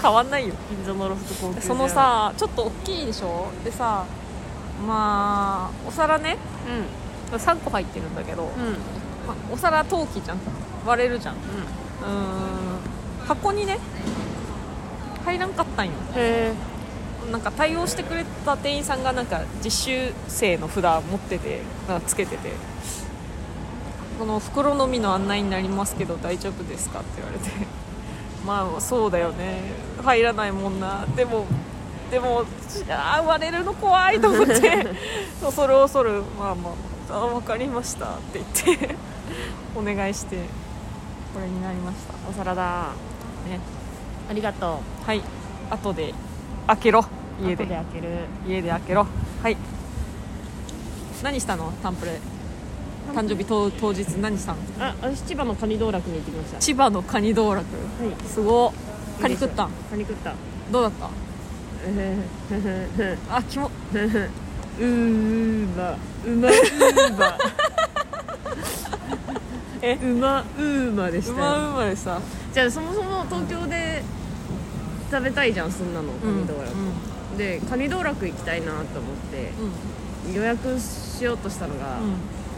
Speaker 2: 変わんないよ
Speaker 1: 座のロフト高級じゃん
Speaker 2: そのさちょっと大きいでしょでさまあお皿ね
Speaker 1: う
Speaker 2: 3個入ってるんだけど、
Speaker 1: んうん
Speaker 2: まあお皿陶器じゃん割れるじゃんう
Speaker 1: う
Speaker 2: ーん箱にね入らんかったんよ
Speaker 1: んへえ
Speaker 2: なんか対応してくれた店員さんがなんか実習生の札持っててなんかつけてて「この袋のみの案内になりますけど大丈夫ですか?」って言われて 「まあそうだよね入らないもんなでもでもあー割れるの怖い」と思って恐る恐る「まあまああ分かりました」って言って お願いしてこれになりました
Speaker 1: お皿だ
Speaker 2: ね
Speaker 1: ありがと
Speaker 2: はい後で開けろ
Speaker 1: う
Speaker 2: 家
Speaker 1: 家で
Speaker 2: で。
Speaker 1: 開ける
Speaker 2: 家で開けろはい何したのタンプレ誕生日当当日何したの
Speaker 1: あ私千葉のカニ道楽に行ってきました
Speaker 2: 千葉のカニ道楽
Speaker 1: はい
Speaker 2: すごっカニ食ったん
Speaker 1: カニ食った
Speaker 2: どうだった
Speaker 1: うー
Speaker 2: あキモ
Speaker 1: まうまうーま
Speaker 2: え
Speaker 1: うまうーまでし
Speaker 2: う
Speaker 1: たよ
Speaker 2: まうまでさ
Speaker 1: じゃあそもそも東京で食べたいじゃんそんなのカ
Speaker 2: うん
Speaker 1: ニ道楽、でカニ道楽行きたいなと思って
Speaker 2: うんうん
Speaker 1: 予約しようとしたのが、
Speaker 2: うん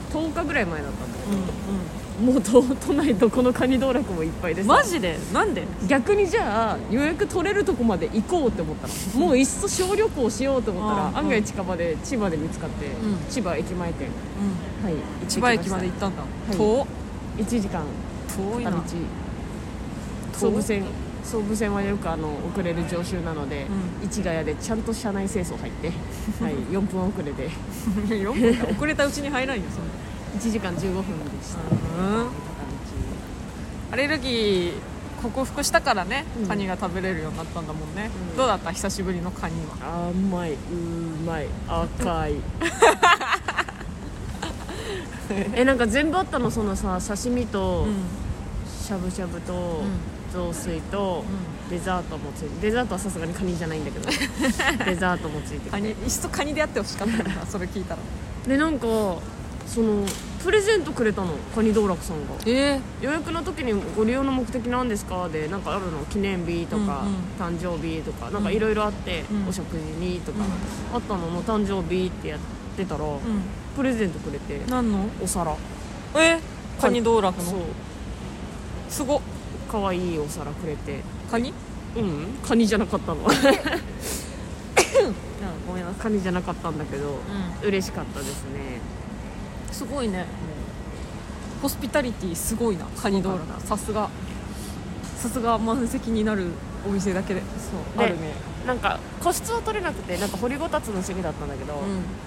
Speaker 1: 10日ぐらい前だったんだけ
Speaker 2: う
Speaker 1: ど
Speaker 2: ん
Speaker 1: もう都都内どこのカニ道楽もいっぱいで
Speaker 2: うん
Speaker 1: す
Speaker 2: マジでなんで
Speaker 1: 逆にじゃあ予約取れるとこまで行こうって思ったのもういっそ小旅行しようと思った
Speaker 2: うん
Speaker 1: ら案外近場で千葉で見つかって、
Speaker 2: うん
Speaker 1: 千葉駅前店はい行ってき
Speaker 2: 千
Speaker 1: した
Speaker 2: 葉駅まで行ったんだ
Speaker 1: い
Speaker 2: 遠
Speaker 1: 1時間
Speaker 2: 遠い
Speaker 1: 片
Speaker 2: な
Speaker 1: 道 総武線総武線はよくあの遅れる常習なので、
Speaker 2: う
Speaker 1: 市ヶ谷でちゃんと車内清掃入って、 はい、4分遅れで
Speaker 2: 4分か遅れたうちに入らんよそんな
Speaker 1: 1時間15分でした
Speaker 2: うんアレルギー克服したからね
Speaker 1: うん
Speaker 2: カニが食べれるようになったんだもんね、
Speaker 1: うん
Speaker 2: どうだった久しぶりのカニは
Speaker 1: 甘いうまい赤い えなんか全部あったのそのさ刺身としゃぶしゃぶと雑炊とデザートもついてデザートはさすがにカニじゃないんだけどデザートもついて
Speaker 2: カ
Speaker 1: て
Speaker 2: ニいっそカニでやってほしかったなそれ聞いたら
Speaker 1: でなんかそのプレゼントくれたのカニ道楽さんが
Speaker 2: え
Speaker 1: 予約の時にご利用の目的なんですかでなんかあるの記念日とか、誕生日とかなんかいろいろあって、
Speaker 2: うん
Speaker 1: お食事にとか、あったのの誕生日ってやってたら、
Speaker 2: うん
Speaker 1: プレゼントくれて
Speaker 2: 何の
Speaker 1: お皿
Speaker 2: えカニ道楽
Speaker 1: そう
Speaker 2: のすごっ
Speaker 1: かわいいお皿くれて
Speaker 2: カニ
Speaker 1: うんカニじゃなかったの
Speaker 2: ごめんな
Speaker 1: カニじゃなかったんだけど、
Speaker 2: う
Speaker 1: 嬉しかったですね
Speaker 2: んすごいねホスピタリティすごいなカニ道
Speaker 1: すごかっ
Speaker 2: 楽さすがさすが満席になるお店だけでそう
Speaker 1: で
Speaker 2: あるね
Speaker 1: なんか個室は取れなくてなんか掘りごたつの趣味だったんだけど、
Speaker 2: う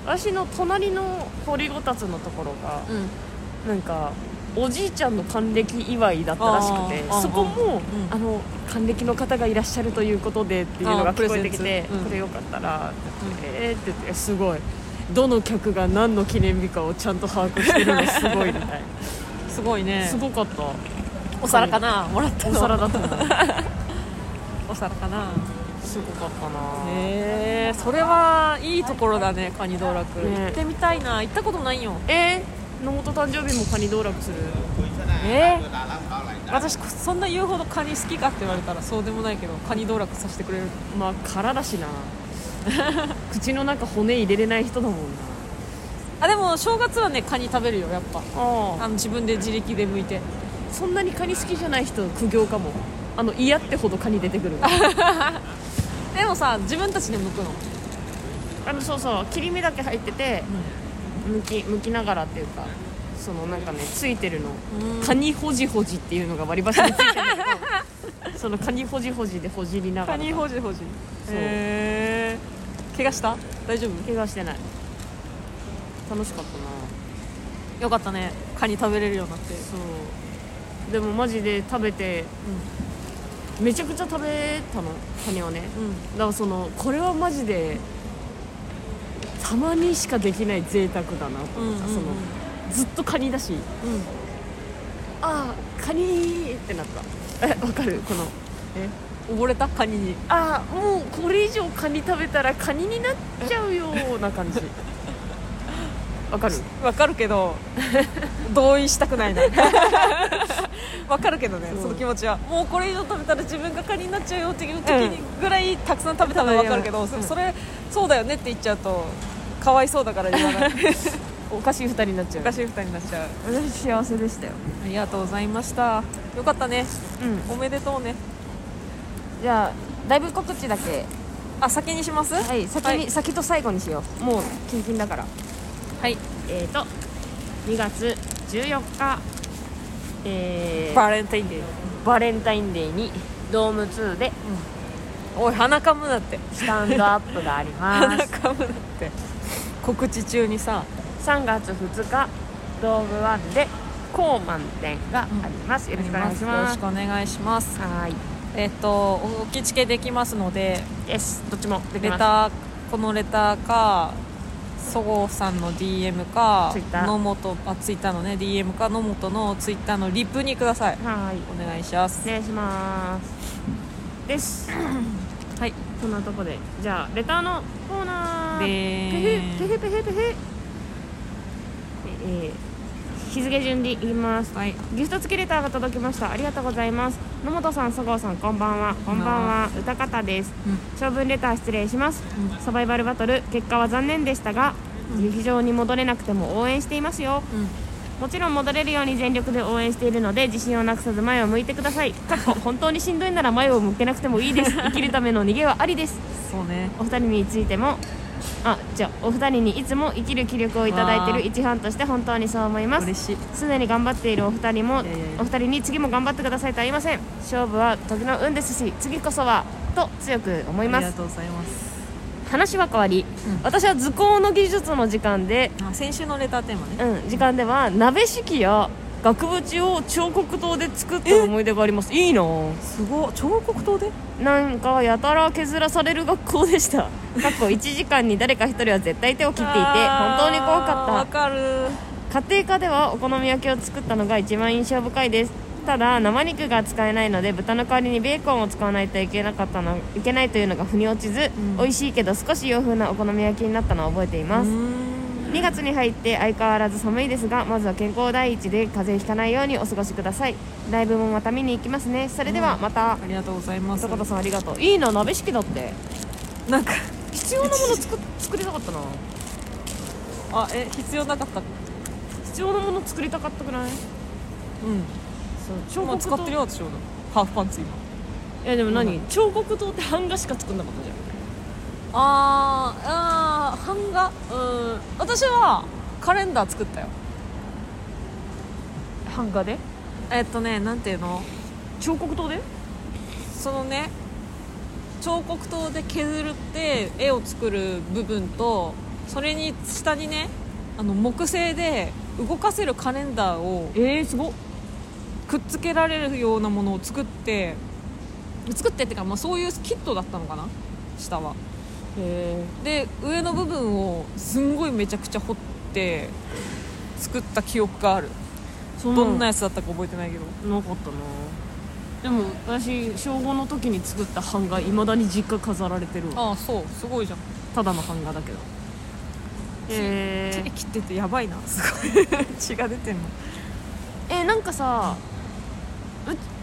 Speaker 1: 私の隣の掘りごたつのところが、
Speaker 2: んうん
Speaker 1: なんかおじいちゃんの還暦祝いだったらしくて
Speaker 2: あー
Speaker 1: そこも、
Speaker 2: うん
Speaker 1: あの還暦の方がいらっしゃるということでっていうのが
Speaker 2: あープ
Speaker 1: 聞
Speaker 2: レ
Speaker 1: こ
Speaker 2: ゼ
Speaker 1: え
Speaker 2: ンツ
Speaker 1: てきて、
Speaker 2: うん
Speaker 1: これよかったらって、えーって言ってすごいどの客が何の記念日かをちゃんと把握してるのすごいみ たい
Speaker 2: すごい
Speaker 1: な
Speaker 2: ね
Speaker 1: すごかった
Speaker 2: お皿かなもらった
Speaker 1: お
Speaker 2: の
Speaker 1: 皿だ ったな
Speaker 2: お皿かな
Speaker 1: すごかったな、
Speaker 2: えー、それはいいところだねカニ道楽、
Speaker 1: ね
Speaker 2: 行ってみたいな行ったことないよ
Speaker 1: えー、野本誕生日もカニ道楽する
Speaker 2: えー、私そんな言うほどカニ好きかって言われたらそうでもないけどカニ道楽させてくれる
Speaker 1: まあ殻だし な口の中骨入れれない人だもんな
Speaker 2: あでも正月はねカニ食べるよやっぱ
Speaker 1: あ
Speaker 2: あの自分で自力で剥いて
Speaker 1: そんなにカニ好きじゃない人苦行かもあの嫌ってほどカニ出てくる
Speaker 2: でもさ自分たちで剥くの、
Speaker 1: あのそうそう切り身だけ入っててむきむきながらっていうかそのなんかねついてるの
Speaker 2: うん
Speaker 1: カニほじほじっていうのが割り箸についてるんだ けどそのカニほじほじでほじりなが
Speaker 2: カ
Speaker 1: ら
Speaker 2: ニほじほじ
Speaker 1: そう
Speaker 2: へえ怪我した大丈夫
Speaker 1: 怪我してない楽しかったな
Speaker 2: よかったねカニ食べれるようになって
Speaker 1: そうでもマジで食べて、めちゃくちゃ食べたのカニをね
Speaker 2: うん
Speaker 1: だからそのこれはマジでたまにしかできない贅沢だなと思った、
Speaker 2: うんうんうん
Speaker 1: そのずっとカニだし
Speaker 2: うん
Speaker 1: ああカニってなったえわかるこの
Speaker 2: え溺れたカニに
Speaker 1: ああもうこれ以上カニ食べたらカニになっちゃうような 感じわかる
Speaker 2: わかるけ ど同意したくない なわかるけどね
Speaker 1: そう
Speaker 2: その気持ちはもうこれ以上食べたら自分がカニになっちゃうよっていう時にぐらいたくさん食べたのはわかるけど、
Speaker 1: うん
Speaker 2: でもそれそうだよねって言っちゃうとかわいそうだから言わない
Speaker 1: おかしい二人になっちゃう
Speaker 2: おかしい二人になっちゃう
Speaker 1: 私幸せでしたよ
Speaker 2: ありがとうございましたよかったね
Speaker 1: うん
Speaker 2: おめでとうね
Speaker 3: じゃあだいぶ告知だけ
Speaker 2: あ先にします
Speaker 3: はい先に、先と最後にしようもうキンキンだから
Speaker 2: はい
Speaker 1: えー、と2月14日、えー
Speaker 2: バレンタインデー
Speaker 1: バレンタインデーにドーム2で
Speaker 2: おい鼻かむなって
Speaker 1: スタンドアップがありま
Speaker 2: 鼻
Speaker 1: す
Speaker 2: かむなって告知中にさ
Speaker 1: 3月2日ドーム1でコーマン展があります、よろしくお願いし
Speaker 2: よろ
Speaker 1: ま
Speaker 2: し
Speaker 1: す
Speaker 2: くお願いします
Speaker 1: はーい
Speaker 2: えっとお気付けできますので
Speaker 1: ですどっちもでき
Speaker 2: レ
Speaker 1: ます
Speaker 2: ターこのレターかそごうさんの DM か
Speaker 1: Twitter
Speaker 2: 野本あツイッターのね DM か野本のツイッターのリプにください
Speaker 1: はーい
Speaker 2: お願いします
Speaker 1: お願いしますです
Speaker 2: はい
Speaker 1: そんなとこでじゃあレターのコーナ
Speaker 2: で
Speaker 1: ー
Speaker 2: ー
Speaker 1: ペフペフペフペフえー日付順に言います
Speaker 2: はい
Speaker 1: ギフト付きレターが届きましたありがとうございます野本さん佐川さんこんばんはこんばんは歌方です、
Speaker 2: う
Speaker 1: 長文レター失礼します、
Speaker 2: う
Speaker 1: サバイバルバトル結果は残念でしたが、劇場に戻れなくても応援していますよ
Speaker 2: うん
Speaker 1: もちろん戻れるように全力で応援しているので自信をなくさず前を向いてください かっこ本当にしんどいなら前を向けなくてもいいです生きるための逃げはありです
Speaker 2: そうね
Speaker 1: お二人についてもあじゃあお二人にいつも生きる気力をいただいている一ファンとして本当にそう思います
Speaker 2: 嬉しい
Speaker 1: すでに頑張っているお二人も、
Speaker 2: いやいやいや
Speaker 1: お二人に次も頑張ってくださいとは言いません勝負は時の運ですし次こそはと強く思い
Speaker 2: あ
Speaker 1: ま
Speaker 2: りが
Speaker 1: す
Speaker 2: とうございます
Speaker 1: 話は変わり、私は図工の技術の時間で、
Speaker 2: あ先週のレターテーマね
Speaker 1: うん、時間では鍋敷きや額縁を彫刻刀で作った思い出がありますいいなぁ
Speaker 2: すごい彫刻刀で
Speaker 1: なんかやたら削らされる学校でした過去1時間に誰か1人は絶対手を切っていて
Speaker 2: あ
Speaker 1: 本
Speaker 2: ー
Speaker 1: 当に怖か
Speaker 2: わ
Speaker 1: っ
Speaker 2: かる
Speaker 1: た
Speaker 3: 家庭科ではお好み焼きを作ったのが一番印象深いですただ生肉が使えないので豚の代わりにベーコンを使わないといけなかったのいけないというのが腑に落ちず、
Speaker 2: うん
Speaker 3: 美味しいけど少し洋風なお好み焼きになったのを覚えています、
Speaker 2: ん
Speaker 3: 2月に入って相変わらず寒いですがまずは健康第一で風邪ひかないようにお過ごしくださいライブもまた見に行きますねそれではまた
Speaker 2: ありがとうございます
Speaker 3: 坂田さんありがとういいな鍋式だって
Speaker 2: なんか
Speaker 3: 必要なもの作っ作りたかったな
Speaker 2: あえ必要なかったう
Speaker 3: 必要なもの作りたかったくない
Speaker 2: ん
Speaker 3: そう
Speaker 2: 今
Speaker 3: 彫刻
Speaker 2: 使ってる
Speaker 3: 刀
Speaker 2: よ私ちょうどハーフパンツ今
Speaker 3: いやでも何、彫刻刀って版画しか作んなかったじゃん
Speaker 2: あーあー版画うん私はカレンダー作ったよ
Speaker 1: 版画で
Speaker 2: えっとねなんていうの
Speaker 1: 彫刻刀で
Speaker 2: そのね彫刻刀で削って絵を作る部分とそれに下にねあの木製で動かせるカレンダーを
Speaker 1: えー、すごっ
Speaker 2: くっつけられるようなものを作って作ってっていうか、まあ、そういうキットだったのかな下は
Speaker 1: え
Speaker 2: で上の部分をすんごいめちゃくちゃ掘って作った記憶がある
Speaker 1: そ
Speaker 2: どんな
Speaker 1: な
Speaker 2: やつだったか覚えてないけど
Speaker 1: なかったなでも私小5の時に作った版画いまだに実家飾られてるわ
Speaker 2: ああそうすごいじゃん
Speaker 1: ただの版画だけど
Speaker 3: え
Speaker 2: 手
Speaker 3: ー、
Speaker 2: 切っててやばいなすごい 血が出てんの
Speaker 1: えなんかさ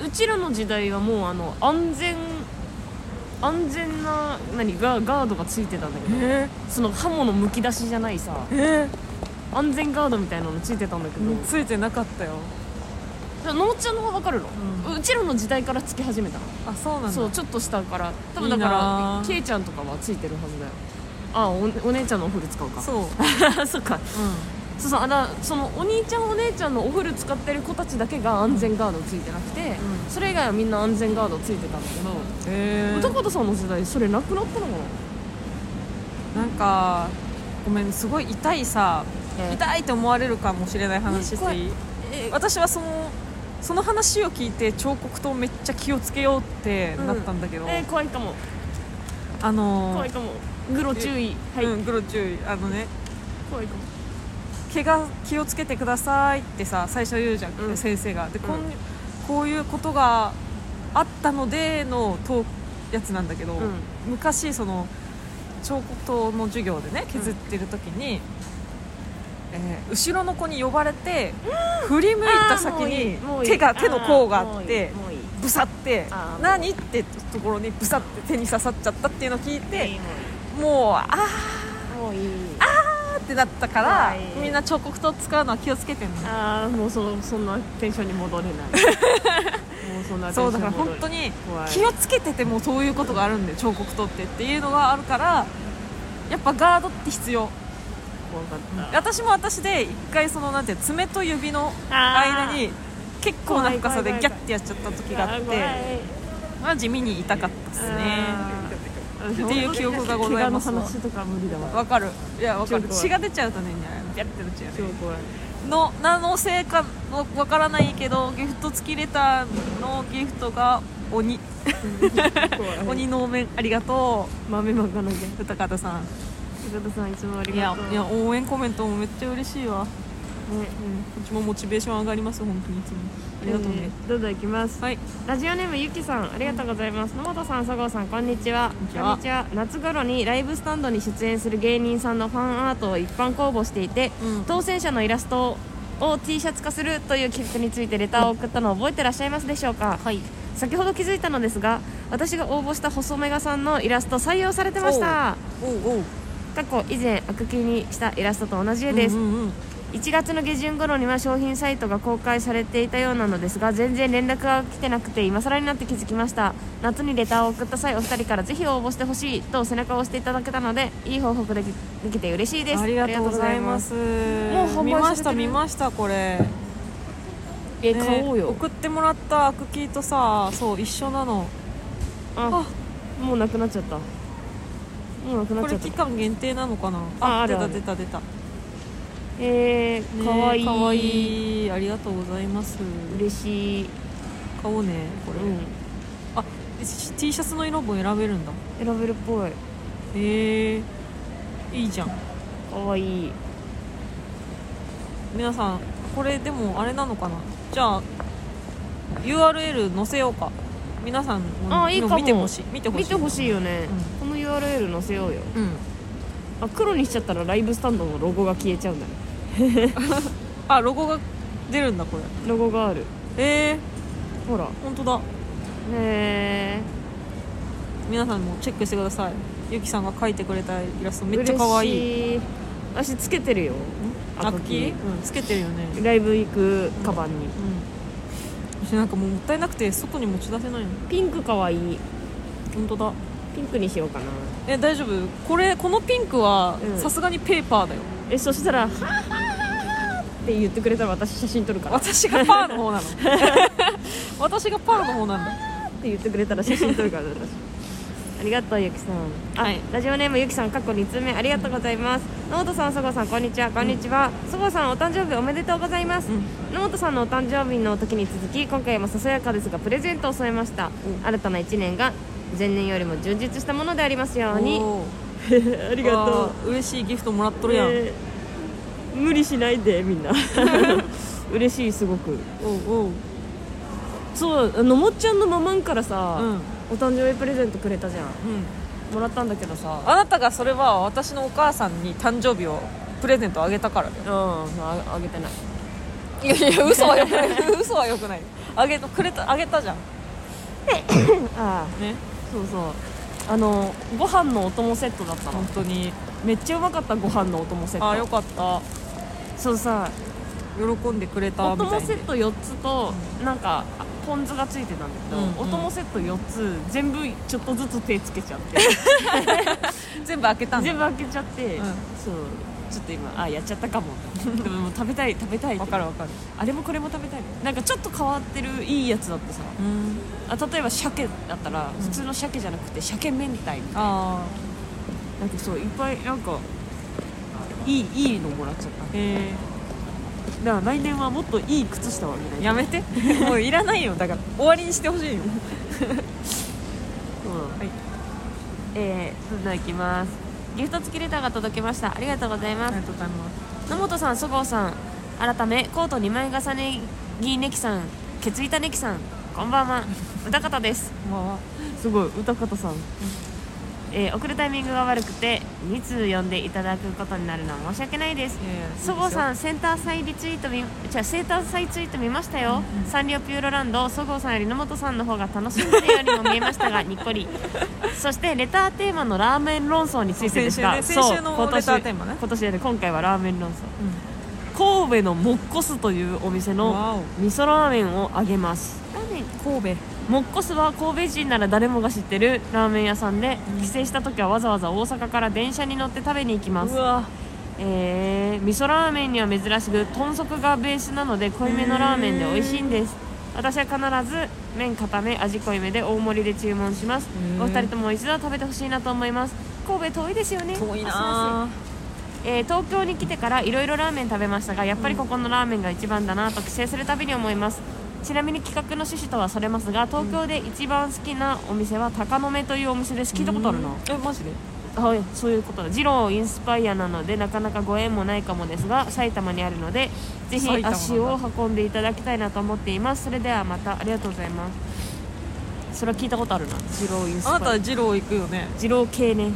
Speaker 1: ううちらの時代はもうあの安全安全な何ガガードがついてたんだけど
Speaker 2: え
Speaker 1: その刃物むき出しじゃないさ
Speaker 2: ー、え
Speaker 1: 安全ガードみたいなのついてたんだけど
Speaker 2: ー、ついてなかったよ
Speaker 1: のーちゃんの方分かるの、うちらの時代からつき始めたの
Speaker 2: あそうなんだ
Speaker 1: そうちょっと下から多分
Speaker 2: い
Speaker 1: だ
Speaker 2: いな
Speaker 1: か
Speaker 2: あ
Speaker 1: らけいちゃんとかはついてるはずだよあおお姉ちゃんのお風呂使うか
Speaker 2: そう
Speaker 1: あそっか
Speaker 2: う
Speaker 1: そうそうあだそのお兄ちゃんお姉ちゃんのお風呂使ってる子たちだけが安全ガードついてなくて、
Speaker 2: う
Speaker 1: それ以外はみんな安全ガードついてたんだけど、
Speaker 2: んえー、
Speaker 1: 男とさんの時代それなくなったのかな
Speaker 2: なんかごめんすごい痛いさ、
Speaker 1: えー
Speaker 2: 痛いと思われるかもしれない話していい
Speaker 3: え
Speaker 2: 私はそのその話を聞いて彫刻刀めっちゃ気をつけようってなったんだけど、
Speaker 1: えー怖いかも
Speaker 2: あのー
Speaker 1: 怖いかもグロ注意はい、
Speaker 2: うん、グロ注意あのね
Speaker 1: 怖いかも
Speaker 2: 怪我気をつけてくださいってさ最初言うじゃん、
Speaker 1: うん
Speaker 2: 先生がでこん、
Speaker 1: うん
Speaker 2: こういうことがあったのでのとやつなんだけど、
Speaker 1: うん
Speaker 2: 昔その彫刻刀の授業でね削ってる時に、えー後ろの子に呼ばれて、振り向いた先に手が手の甲があって
Speaker 1: もういいもういい
Speaker 2: ぶさって
Speaker 1: あーもう
Speaker 2: 何ってところにぶさって手に刺さっちゃったっていうのを聞い
Speaker 1: いい
Speaker 2: て
Speaker 1: も
Speaker 2: もうああ
Speaker 1: ういいもういい
Speaker 2: ってなったから
Speaker 1: はい
Speaker 2: みんな彫刻刀使うのは気をつけてね
Speaker 1: ああもうそのそんなテンションに戻れ ないもうそんなテンションに戻れ
Speaker 2: そうだから本当に
Speaker 1: 怖い
Speaker 2: 気をつけててもそういうことがあるんで彫刻刀ってっていうのがあるからやっぱガードって必要
Speaker 1: 怖かった
Speaker 2: 私も私で一回そのなんていう爪と指の
Speaker 1: あー
Speaker 2: 間に結構な深さで
Speaker 1: 怖い怖い怖い
Speaker 2: ギャッてやっちゃった時があっ
Speaker 1: 怖い
Speaker 2: てまあ地味に痛かったですね
Speaker 1: あー
Speaker 2: っていう記憶がございます
Speaker 1: 怪我の話とか無理だわ
Speaker 2: わかるいやわかる
Speaker 1: 超怖い
Speaker 2: 血が出ちゃうとねギャッてなっちゃうよね
Speaker 1: 超怖い
Speaker 2: のなのせいかわわからないけどギフト付きレターのギフトが鬼
Speaker 1: 怖い
Speaker 2: 鬼のお面ありがと
Speaker 1: 豆まかなきゃ
Speaker 2: う歌方さん
Speaker 1: 高田さんいつもあり
Speaker 2: い
Speaker 1: が
Speaker 2: や
Speaker 1: とう
Speaker 2: いや応援コメントもめっちゃ嬉しいわ
Speaker 1: ね
Speaker 2: うちもモチベーション上がります本当にいつもありがとうね、
Speaker 1: えーどんどん行きます
Speaker 2: はい
Speaker 3: ラジオネームゆきさんありがとうございます野本さん佐合さんこんにちは
Speaker 2: こんにちは
Speaker 3: 夏頃にライブスタンドに出演する芸人さんのファンアートを一般公募していて、
Speaker 2: うん
Speaker 3: 当選者のイラストを T シャツ化するという企画についてレターを送ったのを覚えてらっしゃいますでしょうか
Speaker 2: はい
Speaker 3: 先ほど気づいたのですが私が応募した細メガさんのイラスト採用されてました
Speaker 2: おうおう
Speaker 3: 過去以前アクキーにしたイラストと同じ絵です、
Speaker 2: うんうんうん
Speaker 3: 1月の下旬頃には商品サイトが公開されていたようなのですが全然連絡が来てなくて今更になって気づきました夏にレターを送った際お二人からぜひ応募してほしいと背中を押していただけたのでいい報告できできて嬉しいです
Speaker 2: ありがとうございます
Speaker 3: もう
Speaker 2: 見
Speaker 3: 販
Speaker 2: ま
Speaker 3: 売
Speaker 2: し
Speaker 3: さ
Speaker 2: た
Speaker 3: れてる
Speaker 2: 見ましたこれ、
Speaker 3: え
Speaker 2: ね
Speaker 3: 買おうよ、
Speaker 2: 送ってもらったアクキーとさそう一緒なの
Speaker 3: あもうなくなっちゃったもうなくな
Speaker 2: こ
Speaker 3: っちゃ
Speaker 2: れ
Speaker 3: った
Speaker 2: 期間限定なのかな
Speaker 3: ああ
Speaker 2: 出
Speaker 3: るあ
Speaker 2: た
Speaker 3: る
Speaker 2: 出た出た
Speaker 3: えー、かわいい
Speaker 2: かわいいありがとうございます
Speaker 3: 嬉しい、
Speaker 2: 買おうねこれ、
Speaker 3: う
Speaker 2: あ T シャツの色も選べるんだ
Speaker 3: ん、選べるっぽい
Speaker 2: へえいいじゃん
Speaker 3: かわいい
Speaker 2: 皆さんこれでもあれなのかなじゃあ URL 載せようか皆さんも
Speaker 1: あいいかも
Speaker 2: 見てほしい見てほしい
Speaker 1: 見てほしいよね、この URL 載せようよ
Speaker 2: うん
Speaker 1: あ黒にしちゃったらライブスタンドのロゴが消えちゃうんだね
Speaker 2: あロゴが出るんだこれ
Speaker 1: ロゴがある
Speaker 2: え
Speaker 1: ほらへ
Speaker 2: ー、本当だ
Speaker 1: え
Speaker 2: 皆さんもチェックしてくださいゆきさんが描いてくれたイラストめっちゃ
Speaker 1: か
Speaker 2: 可
Speaker 1: わ
Speaker 2: 愛い
Speaker 1: いい私つけてるよ
Speaker 2: アクキー、うん、つけてるよね
Speaker 1: ライブ行くカバンに
Speaker 2: うん私なんかもうもったいなくて外に持ち出せないの
Speaker 1: ピンクかわいい
Speaker 2: 本当だ
Speaker 1: ピンクにしようかな
Speaker 2: え大丈夫これこのピンクは
Speaker 1: うん
Speaker 2: さすがにペーパーだよ
Speaker 1: えそしたら「はーはーはーはーって言ってくれたら私写真撮るからっ
Speaker 2: 私がパーの方 なの私がパーの方なんだ
Speaker 1: て言ってくれたら写真撮るから私ありがとうゆきさんあ、
Speaker 2: はい
Speaker 1: ラジオネームゆきさん過去2通目ありがとうございます野本さんそごさんこんにちはこんにちはそご、さんお誕生日おめでとうございます、
Speaker 2: う
Speaker 1: 野本さんのお誕生日の時に続き今回もささやかですがプレゼントを添えました、新たな1年が前年よりも充実したものでありますように
Speaker 2: おー
Speaker 1: あり
Speaker 2: わー嬉しいギフトもらっとるやん、
Speaker 1: えー無理しないでみんな嬉しいすごく
Speaker 2: おうおう
Speaker 1: そうあのもっちゃんのママンからさ、
Speaker 2: うん
Speaker 1: お誕生日プレゼントくれたじゃん
Speaker 2: うん
Speaker 1: もらったんだけどさ
Speaker 2: あなたがそれは私のお母さんに誕生日をプレゼントあげたからだよ
Speaker 1: うんああげてない
Speaker 2: いやいや嘘はよくない嘘はよくないあげくれたあげたじゃん
Speaker 1: ああ
Speaker 2: ね
Speaker 1: そうそうあのご飯のお供セットだったの、
Speaker 2: 本当に
Speaker 1: めっちゃうまかったご飯のお供セット
Speaker 2: あよかった
Speaker 1: そうさ
Speaker 2: 喜んでくれた
Speaker 1: お
Speaker 2: みた
Speaker 1: 供
Speaker 2: い
Speaker 1: セ
Speaker 2: で
Speaker 1: ット4つとなんかあポン酢がついてたんだけど、
Speaker 2: うんうん
Speaker 1: お供セット4つ全部ちょっとずつ手つけちゃって
Speaker 2: 全部開けたんだ
Speaker 1: 全部開けちゃって、
Speaker 2: うん
Speaker 1: そうちょっと今あやっちゃ ったかもでももう食べたい食べたいって
Speaker 2: わかるわかる
Speaker 1: あれもこれも食べたいなんかちょっと変わってるいいやつだってさ
Speaker 2: うん
Speaker 1: あ例えば鮭だったら普通の鮭じゃなくて鮭明太みたいな
Speaker 2: あ
Speaker 1: なんかそういっぱいなんかいいいいのもらっちゃった
Speaker 2: あえ
Speaker 1: だから来年はもっといい靴下をあげない
Speaker 2: ー、
Speaker 1: と
Speaker 2: やめてもういらないよだから終わりにしてほしいよ
Speaker 1: うん
Speaker 2: はい
Speaker 1: えー、それではいきますギフト付きレターが届きましたありがとうござい
Speaker 2: あ
Speaker 1: ま
Speaker 2: り
Speaker 1: す
Speaker 2: がとうございます
Speaker 1: 野本さん、そごうさん改めコート2枚重ね着ねきさんケツ板ねきさんこんばん は歌方です
Speaker 2: こんばんは
Speaker 1: すごい歌方さん、えー送るタイミングが悪くて2通読んでいただくことになるのは申し訳ないですそごうさ
Speaker 2: ん
Speaker 1: んセンター祭リツイート見じゃセンター祭ツイート見ましたよ、サンリオピューロランドそごうさんより野本さんの方が楽しんでるようにも見えました がにっこりそしてレターテーマのラーメン論争についてですが
Speaker 2: 先週ね先週の
Speaker 1: そう今年
Speaker 2: レターテーマね
Speaker 1: 今年でね今回はラーメン論争神戸のモッコスというお店
Speaker 2: わ
Speaker 1: の
Speaker 2: お
Speaker 1: 味噌ラーメンをあげますラーメン
Speaker 2: 神戸
Speaker 1: モッコスは神戸人なら誰もが知ってるラーメン屋さんで、帰省した時はわざわざ大阪から電車に乗って食べに行きます
Speaker 2: うわ
Speaker 1: えー味噌ラーメンには珍しく豚足がベースなので濃いめのラーメンで美味しいんです私は必ず麺固め味濃いめで大盛りで注文します
Speaker 2: へー
Speaker 1: お二人とも一度は食べてほしいなと思います神戸遠いですよね
Speaker 2: 遠い
Speaker 1: あ
Speaker 2: なあ
Speaker 1: すいませんえー東京に来てからいろいろラーメン食べましたがやっぱりここのラーメンが一番だなと帰省するたびに思いますちなみに企画の趣旨とはそれますが東京で一番好きなお店は鷹の目というお店です聞いたことあるな
Speaker 2: えマジで
Speaker 1: はい、そういうことだ二郎インスパイアなのでなかなかご縁もないかもですが埼玉にあるのでぜひ
Speaker 2: 埼玉なんだ
Speaker 1: 足を運んでいただきたいなと思っていますそれではまたありがとうございますそれは聞いたことあるな二郎インスパイア
Speaker 2: あなた二郎行くよね
Speaker 1: 二郎系ね
Speaker 2: うん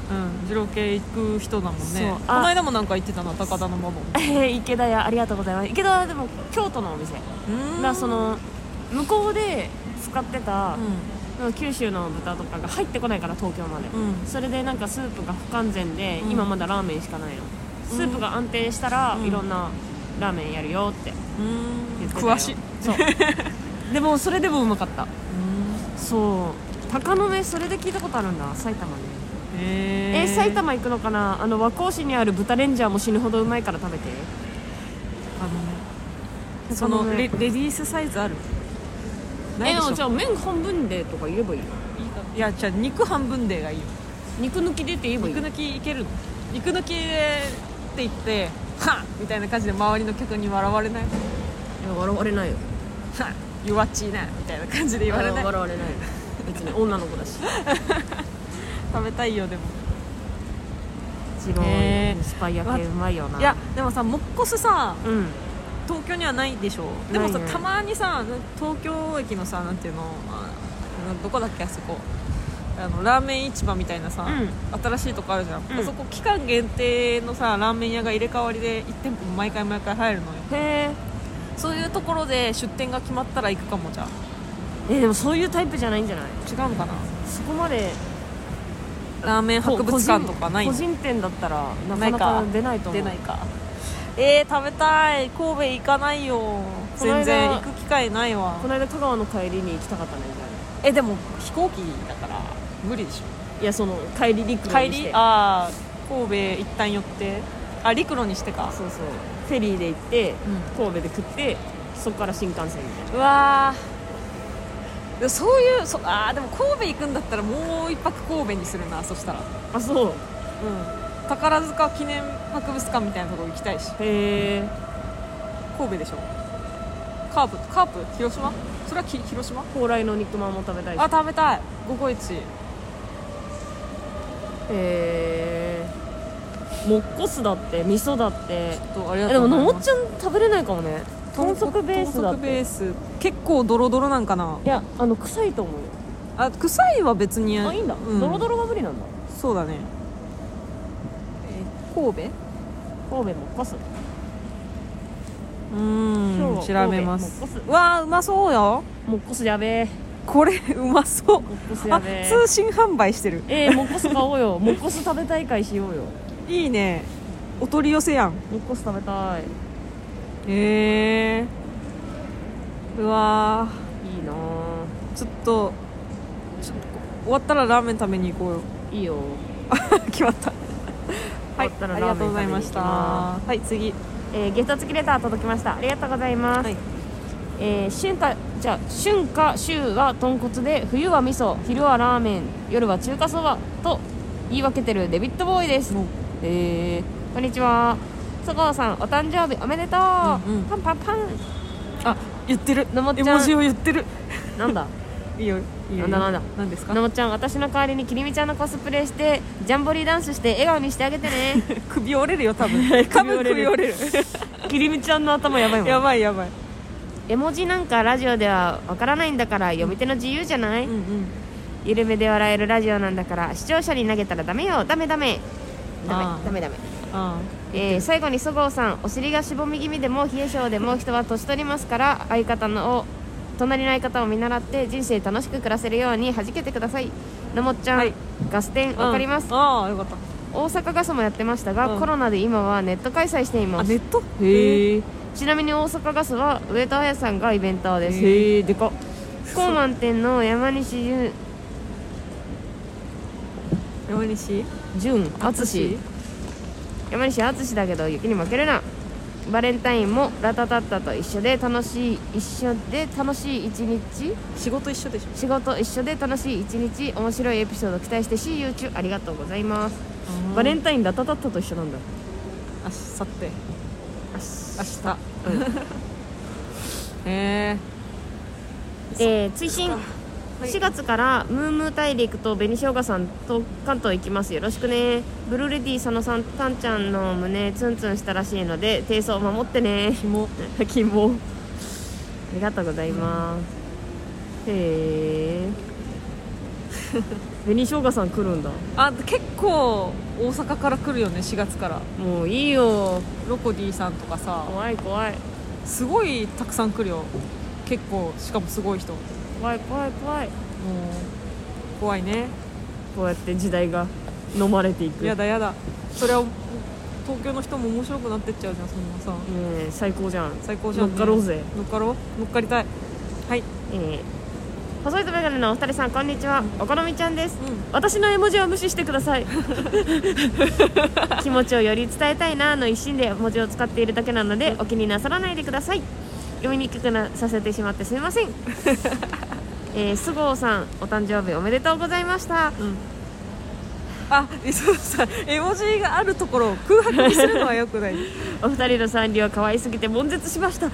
Speaker 2: 二郎系行く人だもん
Speaker 1: そう
Speaker 2: ね
Speaker 1: あ
Speaker 2: この間もなんか言ってたな高田のママも
Speaker 1: 池田屋ありがとうございます池田はでも京都のお店
Speaker 2: うん
Speaker 1: がその向こうで使ってた
Speaker 2: う、ん
Speaker 1: 九州の豚とかが入ってこないから東京まで、
Speaker 2: うん
Speaker 1: それでなんかスープが不完全で、
Speaker 2: うん
Speaker 1: 今まだラーメンしかないのスープが安定したら、
Speaker 2: うん
Speaker 1: いろんなラーメンやるよって
Speaker 2: うん
Speaker 1: 言ってたよ
Speaker 2: 詳しい
Speaker 1: そうでもそれでもうまかったそう鷹の目それで聞いたことあるんだ埼玉ねえ
Speaker 2: え
Speaker 1: ー埼玉行くのかなあの和光市にある豚レンジャーも死ぬほどうまいから食べて
Speaker 2: あのねそのレレディースサイズあるない
Speaker 1: え
Speaker 2: でし
Speaker 1: でも
Speaker 2: ょ
Speaker 1: じゃあ麺半分でとか言えばいいよ
Speaker 2: いやじゃあ肉半分でがいいよ
Speaker 1: 肉抜きでって言えばいい
Speaker 2: 肉抜きいけるの肉抜きでって言ってはっみたいな感じで周りの客に笑われない
Speaker 1: いや笑われないよ
Speaker 2: はっ弱っちいなみたいな感じで言われない
Speaker 1: 笑われないよ別に女の子だし
Speaker 2: 食べたいよでも
Speaker 1: 一番
Speaker 2: へー
Speaker 1: スパイ焼けうまいよない
Speaker 2: やでもさモッコスさ
Speaker 1: うん
Speaker 2: 東京にはないでしょでもさ
Speaker 1: ないね
Speaker 2: たまにさ東京駅のさなんていうのあどこだっけあそこあのラーメン市場みたいなさ、
Speaker 1: う
Speaker 2: 新しいとこあるじゃん、
Speaker 1: うん
Speaker 2: あそこ期間限定のさラーメン屋が入れ替わりで1店舗毎回毎回入るのよ
Speaker 1: へえ
Speaker 2: そういうところで出店が決まったら行くかもじゃあ
Speaker 1: えでもそういうタイプじゃないんじゃない
Speaker 2: 違うのかな
Speaker 1: そこまで
Speaker 2: ラーメン博物館とかない
Speaker 1: 個
Speaker 2: の
Speaker 1: 人個人店だったらなかな
Speaker 2: ない
Speaker 1: か
Speaker 2: か
Speaker 1: 出ないと思
Speaker 2: 出
Speaker 1: う
Speaker 2: ないかえー、食べたい神戸行かないよ
Speaker 1: この間
Speaker 2: 全然行く機会ないわ
Speaker 1: この間香川の帰りに行きたかったねじ
Speaker 2: えでも飛行機だから無理でしょ
Speaker 1: ゃあいやその帰り陸路
Speaker 2: 帰
Speaker 1: にし
Speaker 2: り
Speaker 1: て
Speaker 2: ああ神戸一旦寄ってあ陸路にしてか
Speaker 1: そうそうフェリーで行って、神戸で食ってそこから新幹線みたいな
Speaker 2: うわーでもそういうそあーでも神戸行くんだったらもう一泊神戸にするなそしたらう
Speaker 1: あそうん
Speaker 2: 宝塚記念博物館みたいなところ行きたいし
Speaker 1: へえ
Speaker 2: 神戸でしょカープカープ広島それはき広島
Speaker 1: 高麗の肉まんも食べたいし
Speaker 2: あ食べたい午後一
Speaker 1: へえもっこすだって味噌だって
Speaker 2: とあり
Speaker 1: え
Speaker 2: が
Speaker 1: で
Speaker 2: と
Speaker 1: も
Speaker 2: う
Speaker 1: のも
Speaker 2: ござい
Speaker 1: っ
Speaker 2: ま
Speaker 1: ち
Speaker 2: す
Speaker 1: ゃん食べれないかもね豚足ベースだっ
Speaker 2: 豚足ベ
Speaker 1: て
Speaker 2: ース結構ドロドロなんかない
Speaker 1: やあの臭いと思うよ
Speaker 2: あ臭いは別に
Speaker 1: あいいんだ、
Speaker 2: う
Speaker 1: ドロドロが無理なんだ
Speaker 2: そうだねえ神戸
Speaker 1: 神戸もっこす
Speaker 2: う
Speaker 1: 今
Speaker 2: ーん
Speaker 1: 日は
Speaker 2: 調べます
Speaker 1: 神戸もっこす
Speaker 2: わあうまそうよ
Speaker 1: もっこすやべえ
Speaker 2: これうまそう
Speaker 1: もっこすや
Speaker 2: あ
Speaker 1: べえ
Speaker 2: 通信販売してる
Speaker 1: えー、もっこす買おうよもっこす食べ大会しようよ
Speaker 2: いいねお取り寄せやん
Speaker 1: もっこす食べたい
Speaker 2: へえうわ
Speaker 1: いいなあ
Speaker 2: ーちょっとちょっと終わったらラーメン食べに行こうよ
Speaker 1: いいよ
Speaker 2: 決ま ったは
Speaker 1: 終わ
Speaker 2: い
Speaker 1: ったら
Speaker 2: あり
Speaker 1: ラー
Speaker 2: が
Speaker 1: メ
Speaker 2: と
Speaker 1: ン食べ
Speaker 2: うござい
Speaker 1: に行
Speaker 2: ま
Speaker 1: き
Speaker 2: した
Speaker 1: ま
Speaker 2: はい次
Speaker 1: えー、ゲスト付きレター届きましたありがとうございます、
Speaker 2: はい
Speaker 1: えー春夏じゃあ春夏秋は豚骨で冬は味噌昼はラーメン夜は中華そばと言い分けてるデビッドボーイです
Speaker 2: もう
Speaker 1: えーこんにちは佐川さんお誕生日おめでとう、
Speaker 2: うんうん
Speaker 1: パンパンパン
Speaker 2: あ言ってる
Speaker 1: のもっちゃ
Speaker 2: 絵
Speaker 1: ん
Speaker 2: 文字を言ってる
Speaker 1: なん だ
Speaker 2: いいよいいよ
Speaker 1: なんだなんだ
Speaker 2: 何ですか
Speaker 1: のもちゃん私の代わりにきりみちゃんのコスプレしてジャンボリーダンスして笑顔にしてあげてね
Speaker 2: 首折れるよ多分多分首折れる
Speaker 1: きりみちゃんの頭やばい
Speaker 2: やばいやばい
Speaker 1: 絵文字なんかラジオではわからないんだから読み手の自由じゃない、
Speaker 2: うんうん
Speaker 1: 緩めで笑えるラジオなんだから視聴者に投げたらダメよダメダメダ
Speaker 2: あ
Speaker 1: メ
Speaker 2: ー
Speaker 1: ダメダメ
Speaker 2: あ
Speaker 1: えー最後にそごうさんお尻がしぼみ気味でも冷え性でも人は年取りますから相方のを隣の相方を見習って人生楽しく暮らせるように弾けてくださいのもっちゃん、
Speaker 2: はい
Speaker 1: ガス店
Speaker 2: あ
Speaker 1: わかります、
Speaker 2: ああよかった
Speaker 1: 大阪ガスもやってましたが、
Speaker 2: うん
Speaker 1: コロナで今はネット開催していま
Speaker 2: あ
Speaker 1: す
Speaker 2: ネット
Speaker 1: へ
Speaker 2: へえ
Speaker 1: ちなみに大阪ガスは上戸彩さんがイベンターです
Speaker 2: へえでか
Speaker 1: 高満店の山西純
Speaker 2: 山西
Speaker 1: 淳淳山西淳だけど雪に負けるなバレンタインもラタタッタと一緒で楽しい一緒で楽しい一日
Speaker 2: 仕事一緒でしょ
Speaker 1: 仕事一緒で楽しい一日面白いエピソード期待して See you 中ありがとうございますバレンタインラタタッタと一緒なんだ
Speaker 2: あさって
Speaker 1: あし
Speaker 2: 明日 へえ
Speaker 1: えー、追伸
Speaker 2: い
Speaker 1: 4月からムームー大陸と紅しょうがさんと関東行きますよろしくねブルーレディ佐野さんたんちゃんの胸ツンツンしたらしいので低層守ってね
Speaker 2: ひも
Speaker 1: 希望ありがとうございますへえ 紅しょうがさん来るんだ
Speaker 2: あ結構大阪から来るよね4月から
Speaker 1: もういいよ
Speaker 2: ロコディさんとかさ
Speaker 1: 怖い怖い
Speaker 2: すごいたくさん来るよ結構しかもすごい人もう
Speaker 1: 怖い怖い怖い
Speaker 2: 怖いね
Speaker 1: こうやって時代が飲まれていく
Speaker 2: や
Speaker 1: ね
Speaker 2: だやだそれは東京の人も面白くなってっちゃうじゃんそんなさ
Speaker 1: え最高じゃん
Speaker 2: 最高じゃん、
Speaker 1: 乗っかろうぜ
Speaker 2: 乗っかろう乗っかりたいはい
Speaker 1: えー細いとメガネのお二人さんこんにちはお好みちゃんです
Speaker 2: う
Speaker 1: 私の絵文字は無視してくださ い気持ちをより伝えたいなの一心で文字を使っているだけなのでお気になさらないでください読みにくくなさせてしまってすみま せんえー、菅生さんお誕生日おめでとうございました
Speaker 2: んうんあそうさ絵文字があるところを空白にするのはよくない
Speaker 1: お二人の三流は可愛すぎて悶絶しました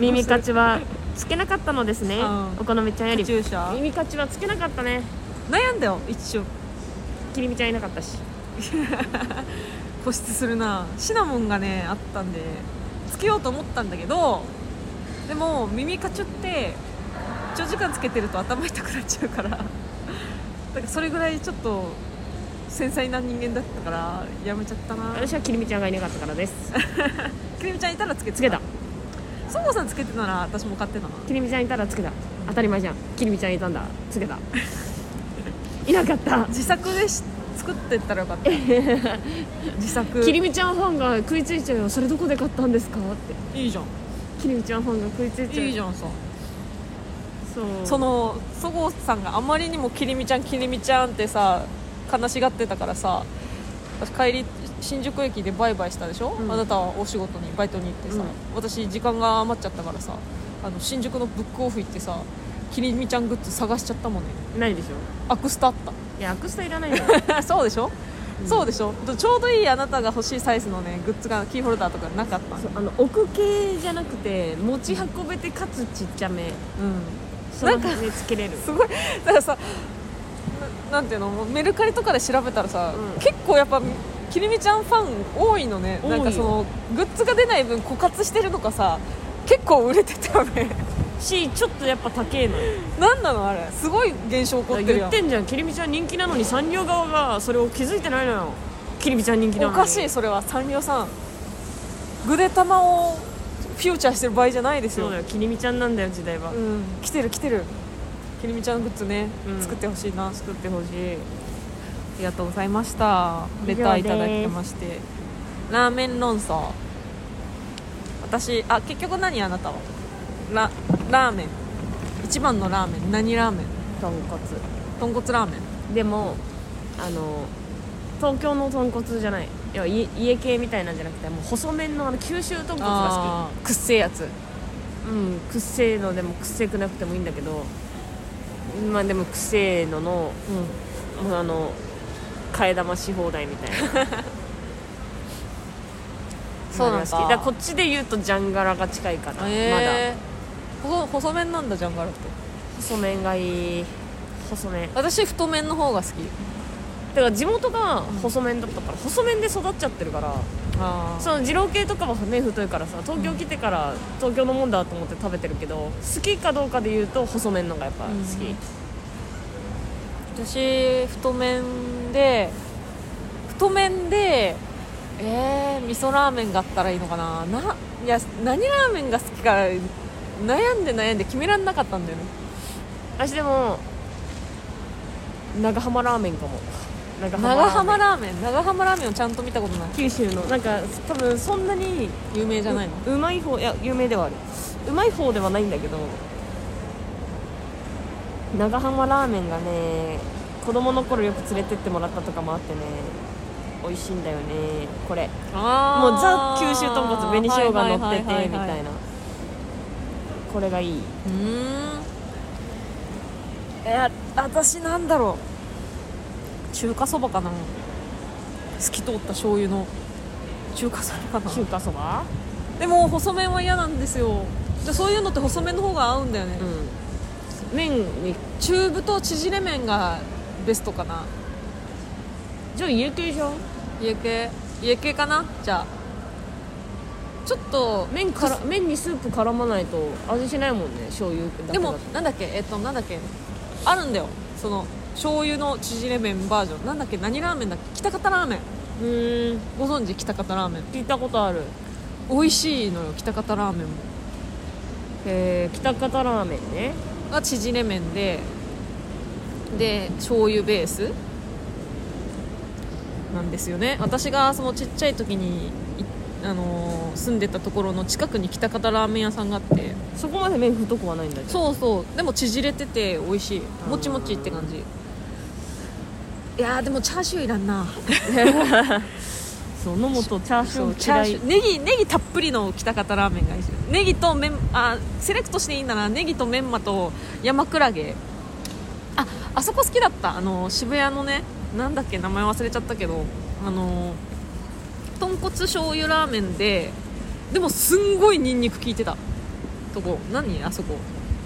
Speaker 1: 耳かちはつけなかったのですね
Speaker 2: うん
Speaker 1: お好みちゃんより
Speaker 2: 注射
Speaker 1: 耳かちはつけなかったね
Speaker 2: 悩んだよ一瞬
Speaker 1: きりみちゃんいなかったし
Speaker 2: 固執するなシナモンがねあったんでつけようと思ったんだけどでも耳かちゅって長時間つけてると頭痛くなっちゃうからだからそれぐらいちょっと繊細な人間だったからやめちゃったな
Speaker 1: 私はきりみちゃんがいなかったからです
Speaker 2: きりみちゃんいたらつけて
Speaker 1: つけ た
Speaker 2: そもさんつけてたら私も買ってたな
Speaker 1: きりみちゃんいたらつけた当たり前じゃんきりみちゃんいたんだつけたいなかった
Speaker 2: 自作でし作ってったらよかった自 作
Speaker 1: きりみちゃんファンが食いついちゃうよそれどこで買ったんですかって
Speaker 2: いいじゃん
Speaker 1: きりみちゃんファンが食いついちゃう
Speaker 2: いいじ
Speaker 1: ゃん
Speaker 2: ゃんさ
Speaker 1: そう
Speaker 2: そのそごうさんがあまりにも「きりみちゃんきりみちゃん」ってさ悲しがってたからさ私帰り新宿駅でバイバイしたでしょ、
Speaker 1: うん
Speaker 2: あなたはお仕事にバイトに行ってさ、
Speaker 1: うん
Speaker 2: 私時間が余っちゃったからさあの新宿のブックオフ行ってさきりみちゃんグッズ探しちゃったもんね
Speaker 1: ないでしょ
Speaker 2: アクスタあった
Speaker 1: いやアクスタいらない よ
Speaker 2: そうでしょ、そうでしょちょうどいいあなたが欲しいサイズのねグッズがキーホルダーとかなかったの
Speaker 1: あの置く系じゃなくて持ち運べてかつちっちゃめ
Speaker 2: うん
Speaker 1: その辺につけれる
Speaker 2: すごいだからさななんていうのもうメルカリとかで調べたらさ、
Speaker 1: うん
Speaker 2: 結構やっぱきりみちゃんファン多いのね
Speaker 1: 多い
Speaker 2: な
Speaker 1: よ
Speaker 2: んかそのグッズが出ない分枯渇してるのかさ結構売れてたよ ね
Speaker 1: しちょっとやっぱ高えのよ
Speaker 2: なんなのあれすごい現象起こってる
Speaker 1: 言
Speaker 2: や
Speaker 1: っ
Speaker 2: ん
Speaker 1: てんじゃんきりみちゃん人気なのにサンリオ側がそれを気づいてないのよきりみちゃん人気なの
Speaker 2: お
Speaker 1: に
Speaker 2: かしいそれはサンリオさんぐでたまをフューチャーしてる場合じゃないです
Speaker 1: そう
Speaker 2: よ
Speaker 1: だよきりみちゃんなんだよ時代は、
Speaker 2: うん来てる来てるきりみちゃんグッズね、
Speaker 1: うん
Speaker 2: 作ってほしいなあ
Speaker 1: 作ってほしい
Speaker 2: りがとうございましたレターいただきましてラーメン論争私あ結局何あなたはララーメン一番のラーメン何ラーメン
Speaker 1: 豚骨
Speaker 2: 豚骨ラーメン
Speaker 1: でもあの東京の豚骨じゃないいやい家系みたいなんじゃなくてもう細麺のあの九州豚骨が
Speaker 2: あーくっせえやつ
Speaker 1: 好きうんくっせえのでもくっせくなくてもいいんだけどまあでもくっせえののもうあの替え玉し放題みたい な
Speaker 2: そうなんだ
Speaker 1: のが好きからこっちで言うとジャンガラが近いかな、
Speaker 2: えー、まだ細麺なんだじゃんガラって
Speaker 1: まだ細麺がいい細麺
Speaker 2: 私太麺の方が好き
Speaker 1: だから地元が細麺だったから細麺で育っちゃってるから
Speaker 2: あ
Speaker 1: その二郎系とかは麺太いからさ東京来てから東京のもんだと思って食べてるけど好きかどうかで言うと細麺のがやっぱ好き、
Speaker 2: うん私太麺で太麺でえー、味噌ラーメンがあったらいいのかなないや何ラーメンが好きか悩んで悩んで決められなかったんだよね
Speaker 1: 私でも長浜ラーメンかも長
Speaker 2: 長浜
Speaker 1: ラーメン
Speaker 2: ラーメン長浜ラーメンをちゃんと見たことない
Speaker 1: 九州のなんか多分そんなに
Speaker 2: 有名じゃないの、
Speaker 1: ううまい方いや有名ではあるうまい方ではないんだけど長浜ラーメンがね子供の頃よく連れてってもらったとかもあってね美味しいんだよねこれ
Speaker 2: あ
Speaker 1: もうザ九州豚骨紅生姜乗っててみたいなこれがいいう
Speaker 2: ーんえ私なんだろう中華そばかな透き通った醤油の中華そばかな
Speaker 1: 中華そば
Speaker 2: でも細麺は嫌なんですよじゃあそういうのって細麺の方が合うんだよね、
Speaker 1: うん麺に
Speaker 2: 中太縮れ麺がベストかな
Speaker 1: じゃあ家系じゃん
Speaker 2: 家系家系かなじゃあちょっと
Speaker 1: 麺から麺にスープ絡まないと味しないもんね醤油だけだと
Speaker 2: でもなんだっけえっとなんだっけあるんだよその醤油の縮れ麺バージョンなんだっけ何ラーメンだっけ喜多方ラーメン
Speaker 1: うーん
Speaker 2: ご存知喜多方ラーメン
Speaker 1: 聞いたことある
Speaker 2: 美味しいのよ喜多方ラーメンも
Speaker 1: えー、喜多方ラーメンね
Speaker 2: が縮れ麺でで醤油ベースなんですよね私がそのちっちゃい時にいあのー住んでたところの近くに喜多方ラーメン屋さんがあって
Speaker 1: そこまで麺太くはないんだけど
Speaker 2: そうそうでも縮れてて美味しいもちもちって感じいやーでもチャーシューいらんな
Speaker 1: そう野本チャーシ
Speaker 2: そ
Speaker 1: ュ
Speaker 2: う
Speaker 1: ー
Speaker 2: チャ
Speaker 1: 嫌
Speaker 2: ー
Speaker 1: い
Speaker 2: シューネギネギたっぷりの喜多方ラーメンがいいですよネギとメンあセレクトしていいんだならネギとメンマと山クラゲああそこ好きだったあの渋谷のねなんだっけ名前忘れちゃったけどあの豚骨醤油ラーメンででもすんごいニンニク効いてたとこ何あそこ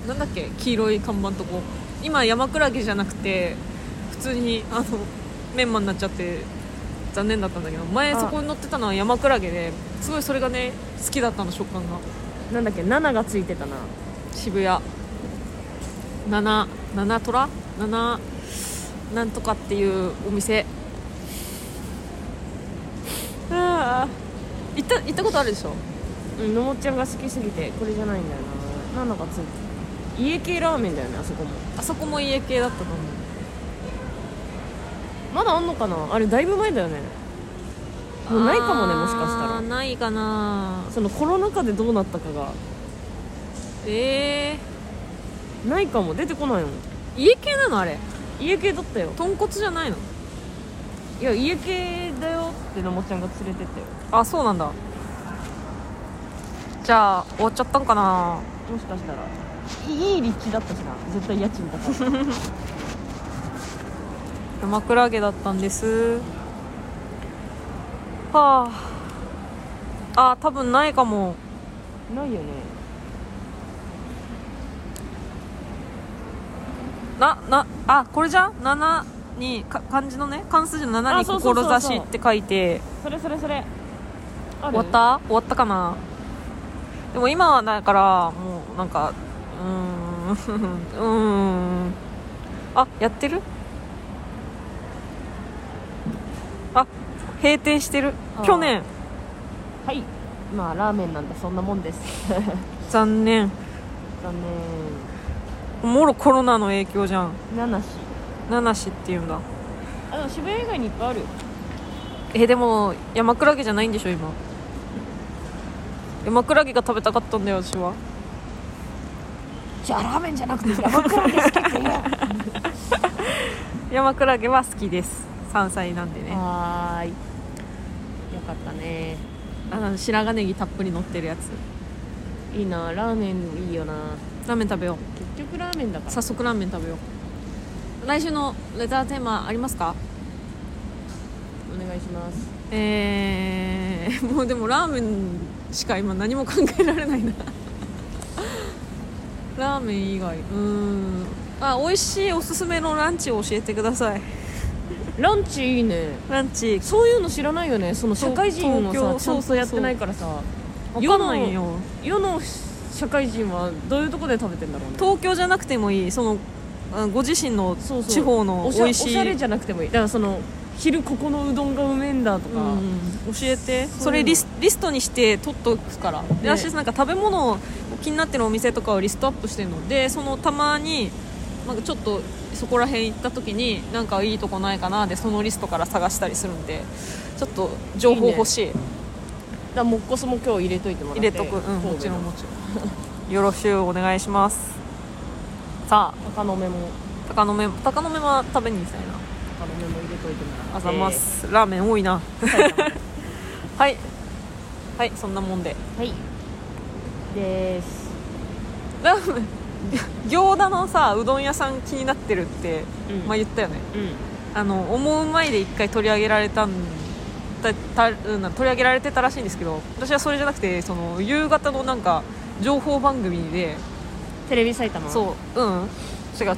Speaker 2: なんだっけ黄色い看板とこ今山クラゲじゃなくて普通にあのメンマになっちゃって残念だったんだけど前
Speaker 1: あ
Speaker 2: そこに乗ってたのは山クラゲですごいそれがね好きだったの食感が
Speaker 1: なんだっけ7がついてたな
Speaker 2: 渋谷七七虎七なんとかっていうお店ああ行った行ったことあるでしょ
Speaker 1: うんのもっちゃんが好きすぎてこれじゃないんだよな7がついて家系ラーメンだよねあそこも
Speaker 2: あそこも家系だったと思う
Speaker 1: まだあんのかなあれだいぶ前だよねもうないかもね
Speaker 2: あー
Speaker 1: もしかしたら
Speaker 2: ないかな
Speaker 1: そのコロナ禍でどうなったかが
Speaker 2: え
Speaker 1: ないかも出てこないもん
Speaker 2: ー、家系なのあれ
Speaker 1: 家系だったよ
Speaker 2: 豚骨じゃないの
Speaker 1: いや家系だよってのもちゃんが連れてったよ
Speaker 2: あそうなんだじゃあ終わっちゃったんかな
Speaker 1: もしかしたらいい立地だったしな絶対家賃高い
Speaker 2: 生クラゲだったんですはああ多分ないかも
Speaker 1: ないよね
Speaker 2: ななあこれじゃん7にか漢字のね漢数字の7
Speaker 1: あ
Speaker 2: に
Speaker 1: そうそうそうそう
Speaker 2: 志って書いて
Speaker 1: それそれそれあ
Speaker 2: 終わった終わったかなでも今はだからもうなんかうーん うーんあやってるあ閉店してる
Speaker 1: あー
Speaker 2: 去年
Speaker 1: はいまあラーメンなんでそんなもんです
Speaker 2: 残念
Speaker 1: 残
Speaker 2: もろコロナの影響じゃん
Speaker 1: 念七し
Speaker 2: 七市っていうんだ
Speaker 1: あでも渋谷以外にいっぱいあるよ
Speaker 2: えでも山クラゲじゃないんでしょ今山クラゲが食べたかったんだよ私は
Speaker 1: じゃあラーメンじゃなくて山倉ですけど
Speaker 2: 山クラゲは好きです山菜なんでね
Speaker 1: はーいよかったね
Speaker 2: あの白髪ネギたっぷり乗ってるやつ
Speaker 1: いいなラーメンいいよな
Speaker 2: ラーメン食べよう
Speaker 1: 結局ラーメンだから
Speaker 2: 早速ラーメン食べよう来週のレターテーマありますか
Speaker 1: お願いします
Speaker 2: えー、 もうでもラーメンしか今何も考えられない なラーメン以外うーんあ美味しいおすすめのランチを教えてください
Speaker 1: ランチいいね
Speaker 2: ランチ
Speaker 1: そういうの知らないよねその社会人
Speaker 2: 東京
Speaker 1: はさちゃん
Speaker 2: そうそうそ
Speaker 1: と
Speaker 2: う
Speaker 1: やってないからさ
Speaker 2: わかんないよ
Speaker 1: 世の社会人はどういうとこで食べてんだろうね
Speaker 2: 東京じゃなくてもいいそのあご自身の
Speaker 1: そうそう
Speaker 2: 地方の
Speaker 1: おしゃ
Speaker 2: 美味し
Speaker 1: お
Speaker 2: い
Speaker 1: しゃれじゃなくてもいいだからその昼ここのうどんがうめえんだと
Speaker 2: う
Speaker 1: か、
Speaker 2: ん教えて
Speaker 1: う
Speaker 2: それリスリストにして取っとくから、で私なんか食べ物を気になってるお店とかをリストアップしてるのでそのたまになんかちょっとそこら辺行った時になんかいいとこないかなでそのリストから探したりするんでちょっと情報欲しい
Speaker 1: だからもっこそも今日入れといてもらって
Speaker 2: 入れとく、うん、もちろんもちろん よろしゅうお願いしますさあ
Speaker 1: 高の目も
Speaker 2: 鷹の目鷹の目は食べに行きたいな
Speaker 1: 高の目も入れといてもらって
Speaker 2: あざます、ラーメン多いな はいはいそんなもんで
Speaker 1: はいです
Speaker 2: ラーメン餃子のさうどん屋さん気になってるって、
Speaker 1: うん
Speaker 2: まあ言ったよね
Speaker 1: うん
Speaker 2: あの思う前で一回取り上げられたんたたうんな取り上げられてたらしいんですけど私はそれじゃなくてその夕方のなんか情報番組で
Speaker 1: テレビ埼玉う
Speaker 2: そううん違う違う違う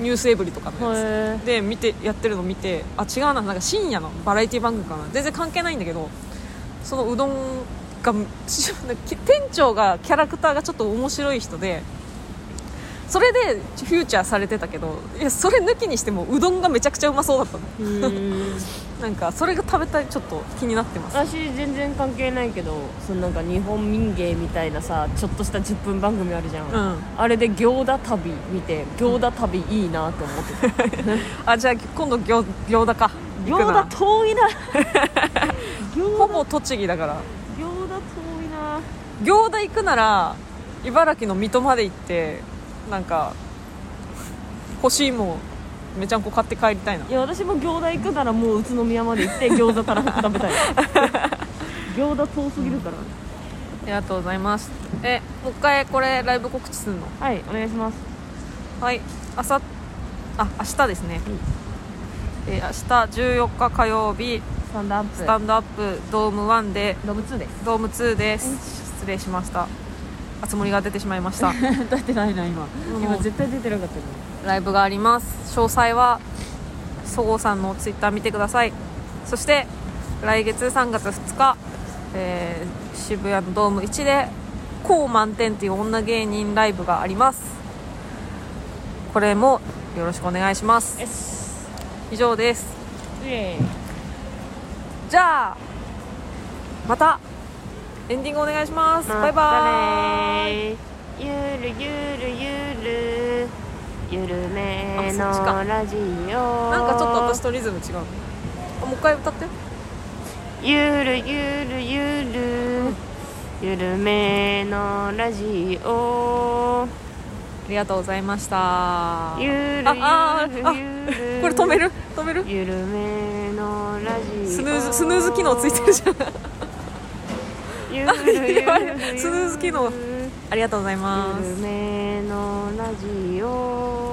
Speaker 2: ニュースエブリとかのやつ
Speaker 1: へ
Speaker 2: で見てやってるの見てあ違うななんか深夜のバラエティ番組かな全然関係ないんだけどそのうどんが し店長がキャラクターがちょっと面白い人でそれでフューチャーされてたけどいやそれ抜きにしてもうどんがめちゃくちゃうまそうだったの
Speaker 1: えうーん
Speaker 2: なんかそれが食べたいちょっと気になってます
Speaker 1: 私全然関係ないけどそのなんか日本民芸みたいなさちょっとした10分番組あるじゃん、
Speaker 2: うん
Speaker 1: あれで餃子旅見て餃子旅いいなと思ってた、
Speaker 2: あじゃあ今度餃餃子か行くな
Speaker 1: 餃子遠 いな餃
Speaker 2: ほ
Speaker 1: 子
Speaker 2: ぼ栃木だから
Speaker 1: 餃子遠いな
Speaker 2: 行田行くなら茨城の水戸まで行ってなんか欲しいもんめちゃんこ買って帰りたいない
Speaker 1: や私も餃子行くならもう宇都宮まで行 って餃子たらふく食べたい餃子遠すぎるから、
Speaker 2: ありがとうございますえもう一回これライブ告知するの
Speaker 1: はいお願いします
Speaker 2: はいあさあ明日ですね、えー明日14日火曜日
Speaker 1: スタンドアップ
Speaker 2: スタンドアップドーム1で
Speaker 1: 動物です
Speaker 2: ドーム2です失礼しましたあつ森が出てしまいました
Speaker 1: 出てないな今今
Speaker 2: 今
Speaker 1: 絶対出てなかったね
Speaker 2: ライブがあります詳細はそごうさんのツイッター見てくださいそして来月3月2日えー渋谷のドーム1で高満点っていう女芸人ライブがありますこれもよろしくお願いします
Speaker 4: よし
Speaker 2: 以上です
Speaker 4: イエ
Speaker 2: じゃあまたエンディングお願いします、バイバーイ
Speaker 1: イゆるゆるゆるゆるめ
Speaker 2: あそっち
Speaker 1: の
Speaker 2: か
Speaker 1: ラジオ
Speaker 2: なんかちょっと私とリズム違うねあもう一回歌って
Speaker 1: ゆるゆるゆるゆるめのラジオ
Speaker 2: ありがとうございました
Speaker 1: ゆるゆる
Speaker 2: あああ
Speaker 1: ゆる
Speaker 2: これ止める止める
Speaker 1: ゆるめのラジオ
Speaker 2: スヌーズスヌーズ機能ついてるじゃん
Speaker 1: ゆるゆる ゆる
Speaker 2: スヌーズ機能ありがとうございま
Speaker 1: ゆ
Speaker 2: す
Speaker 1: るめのラジオ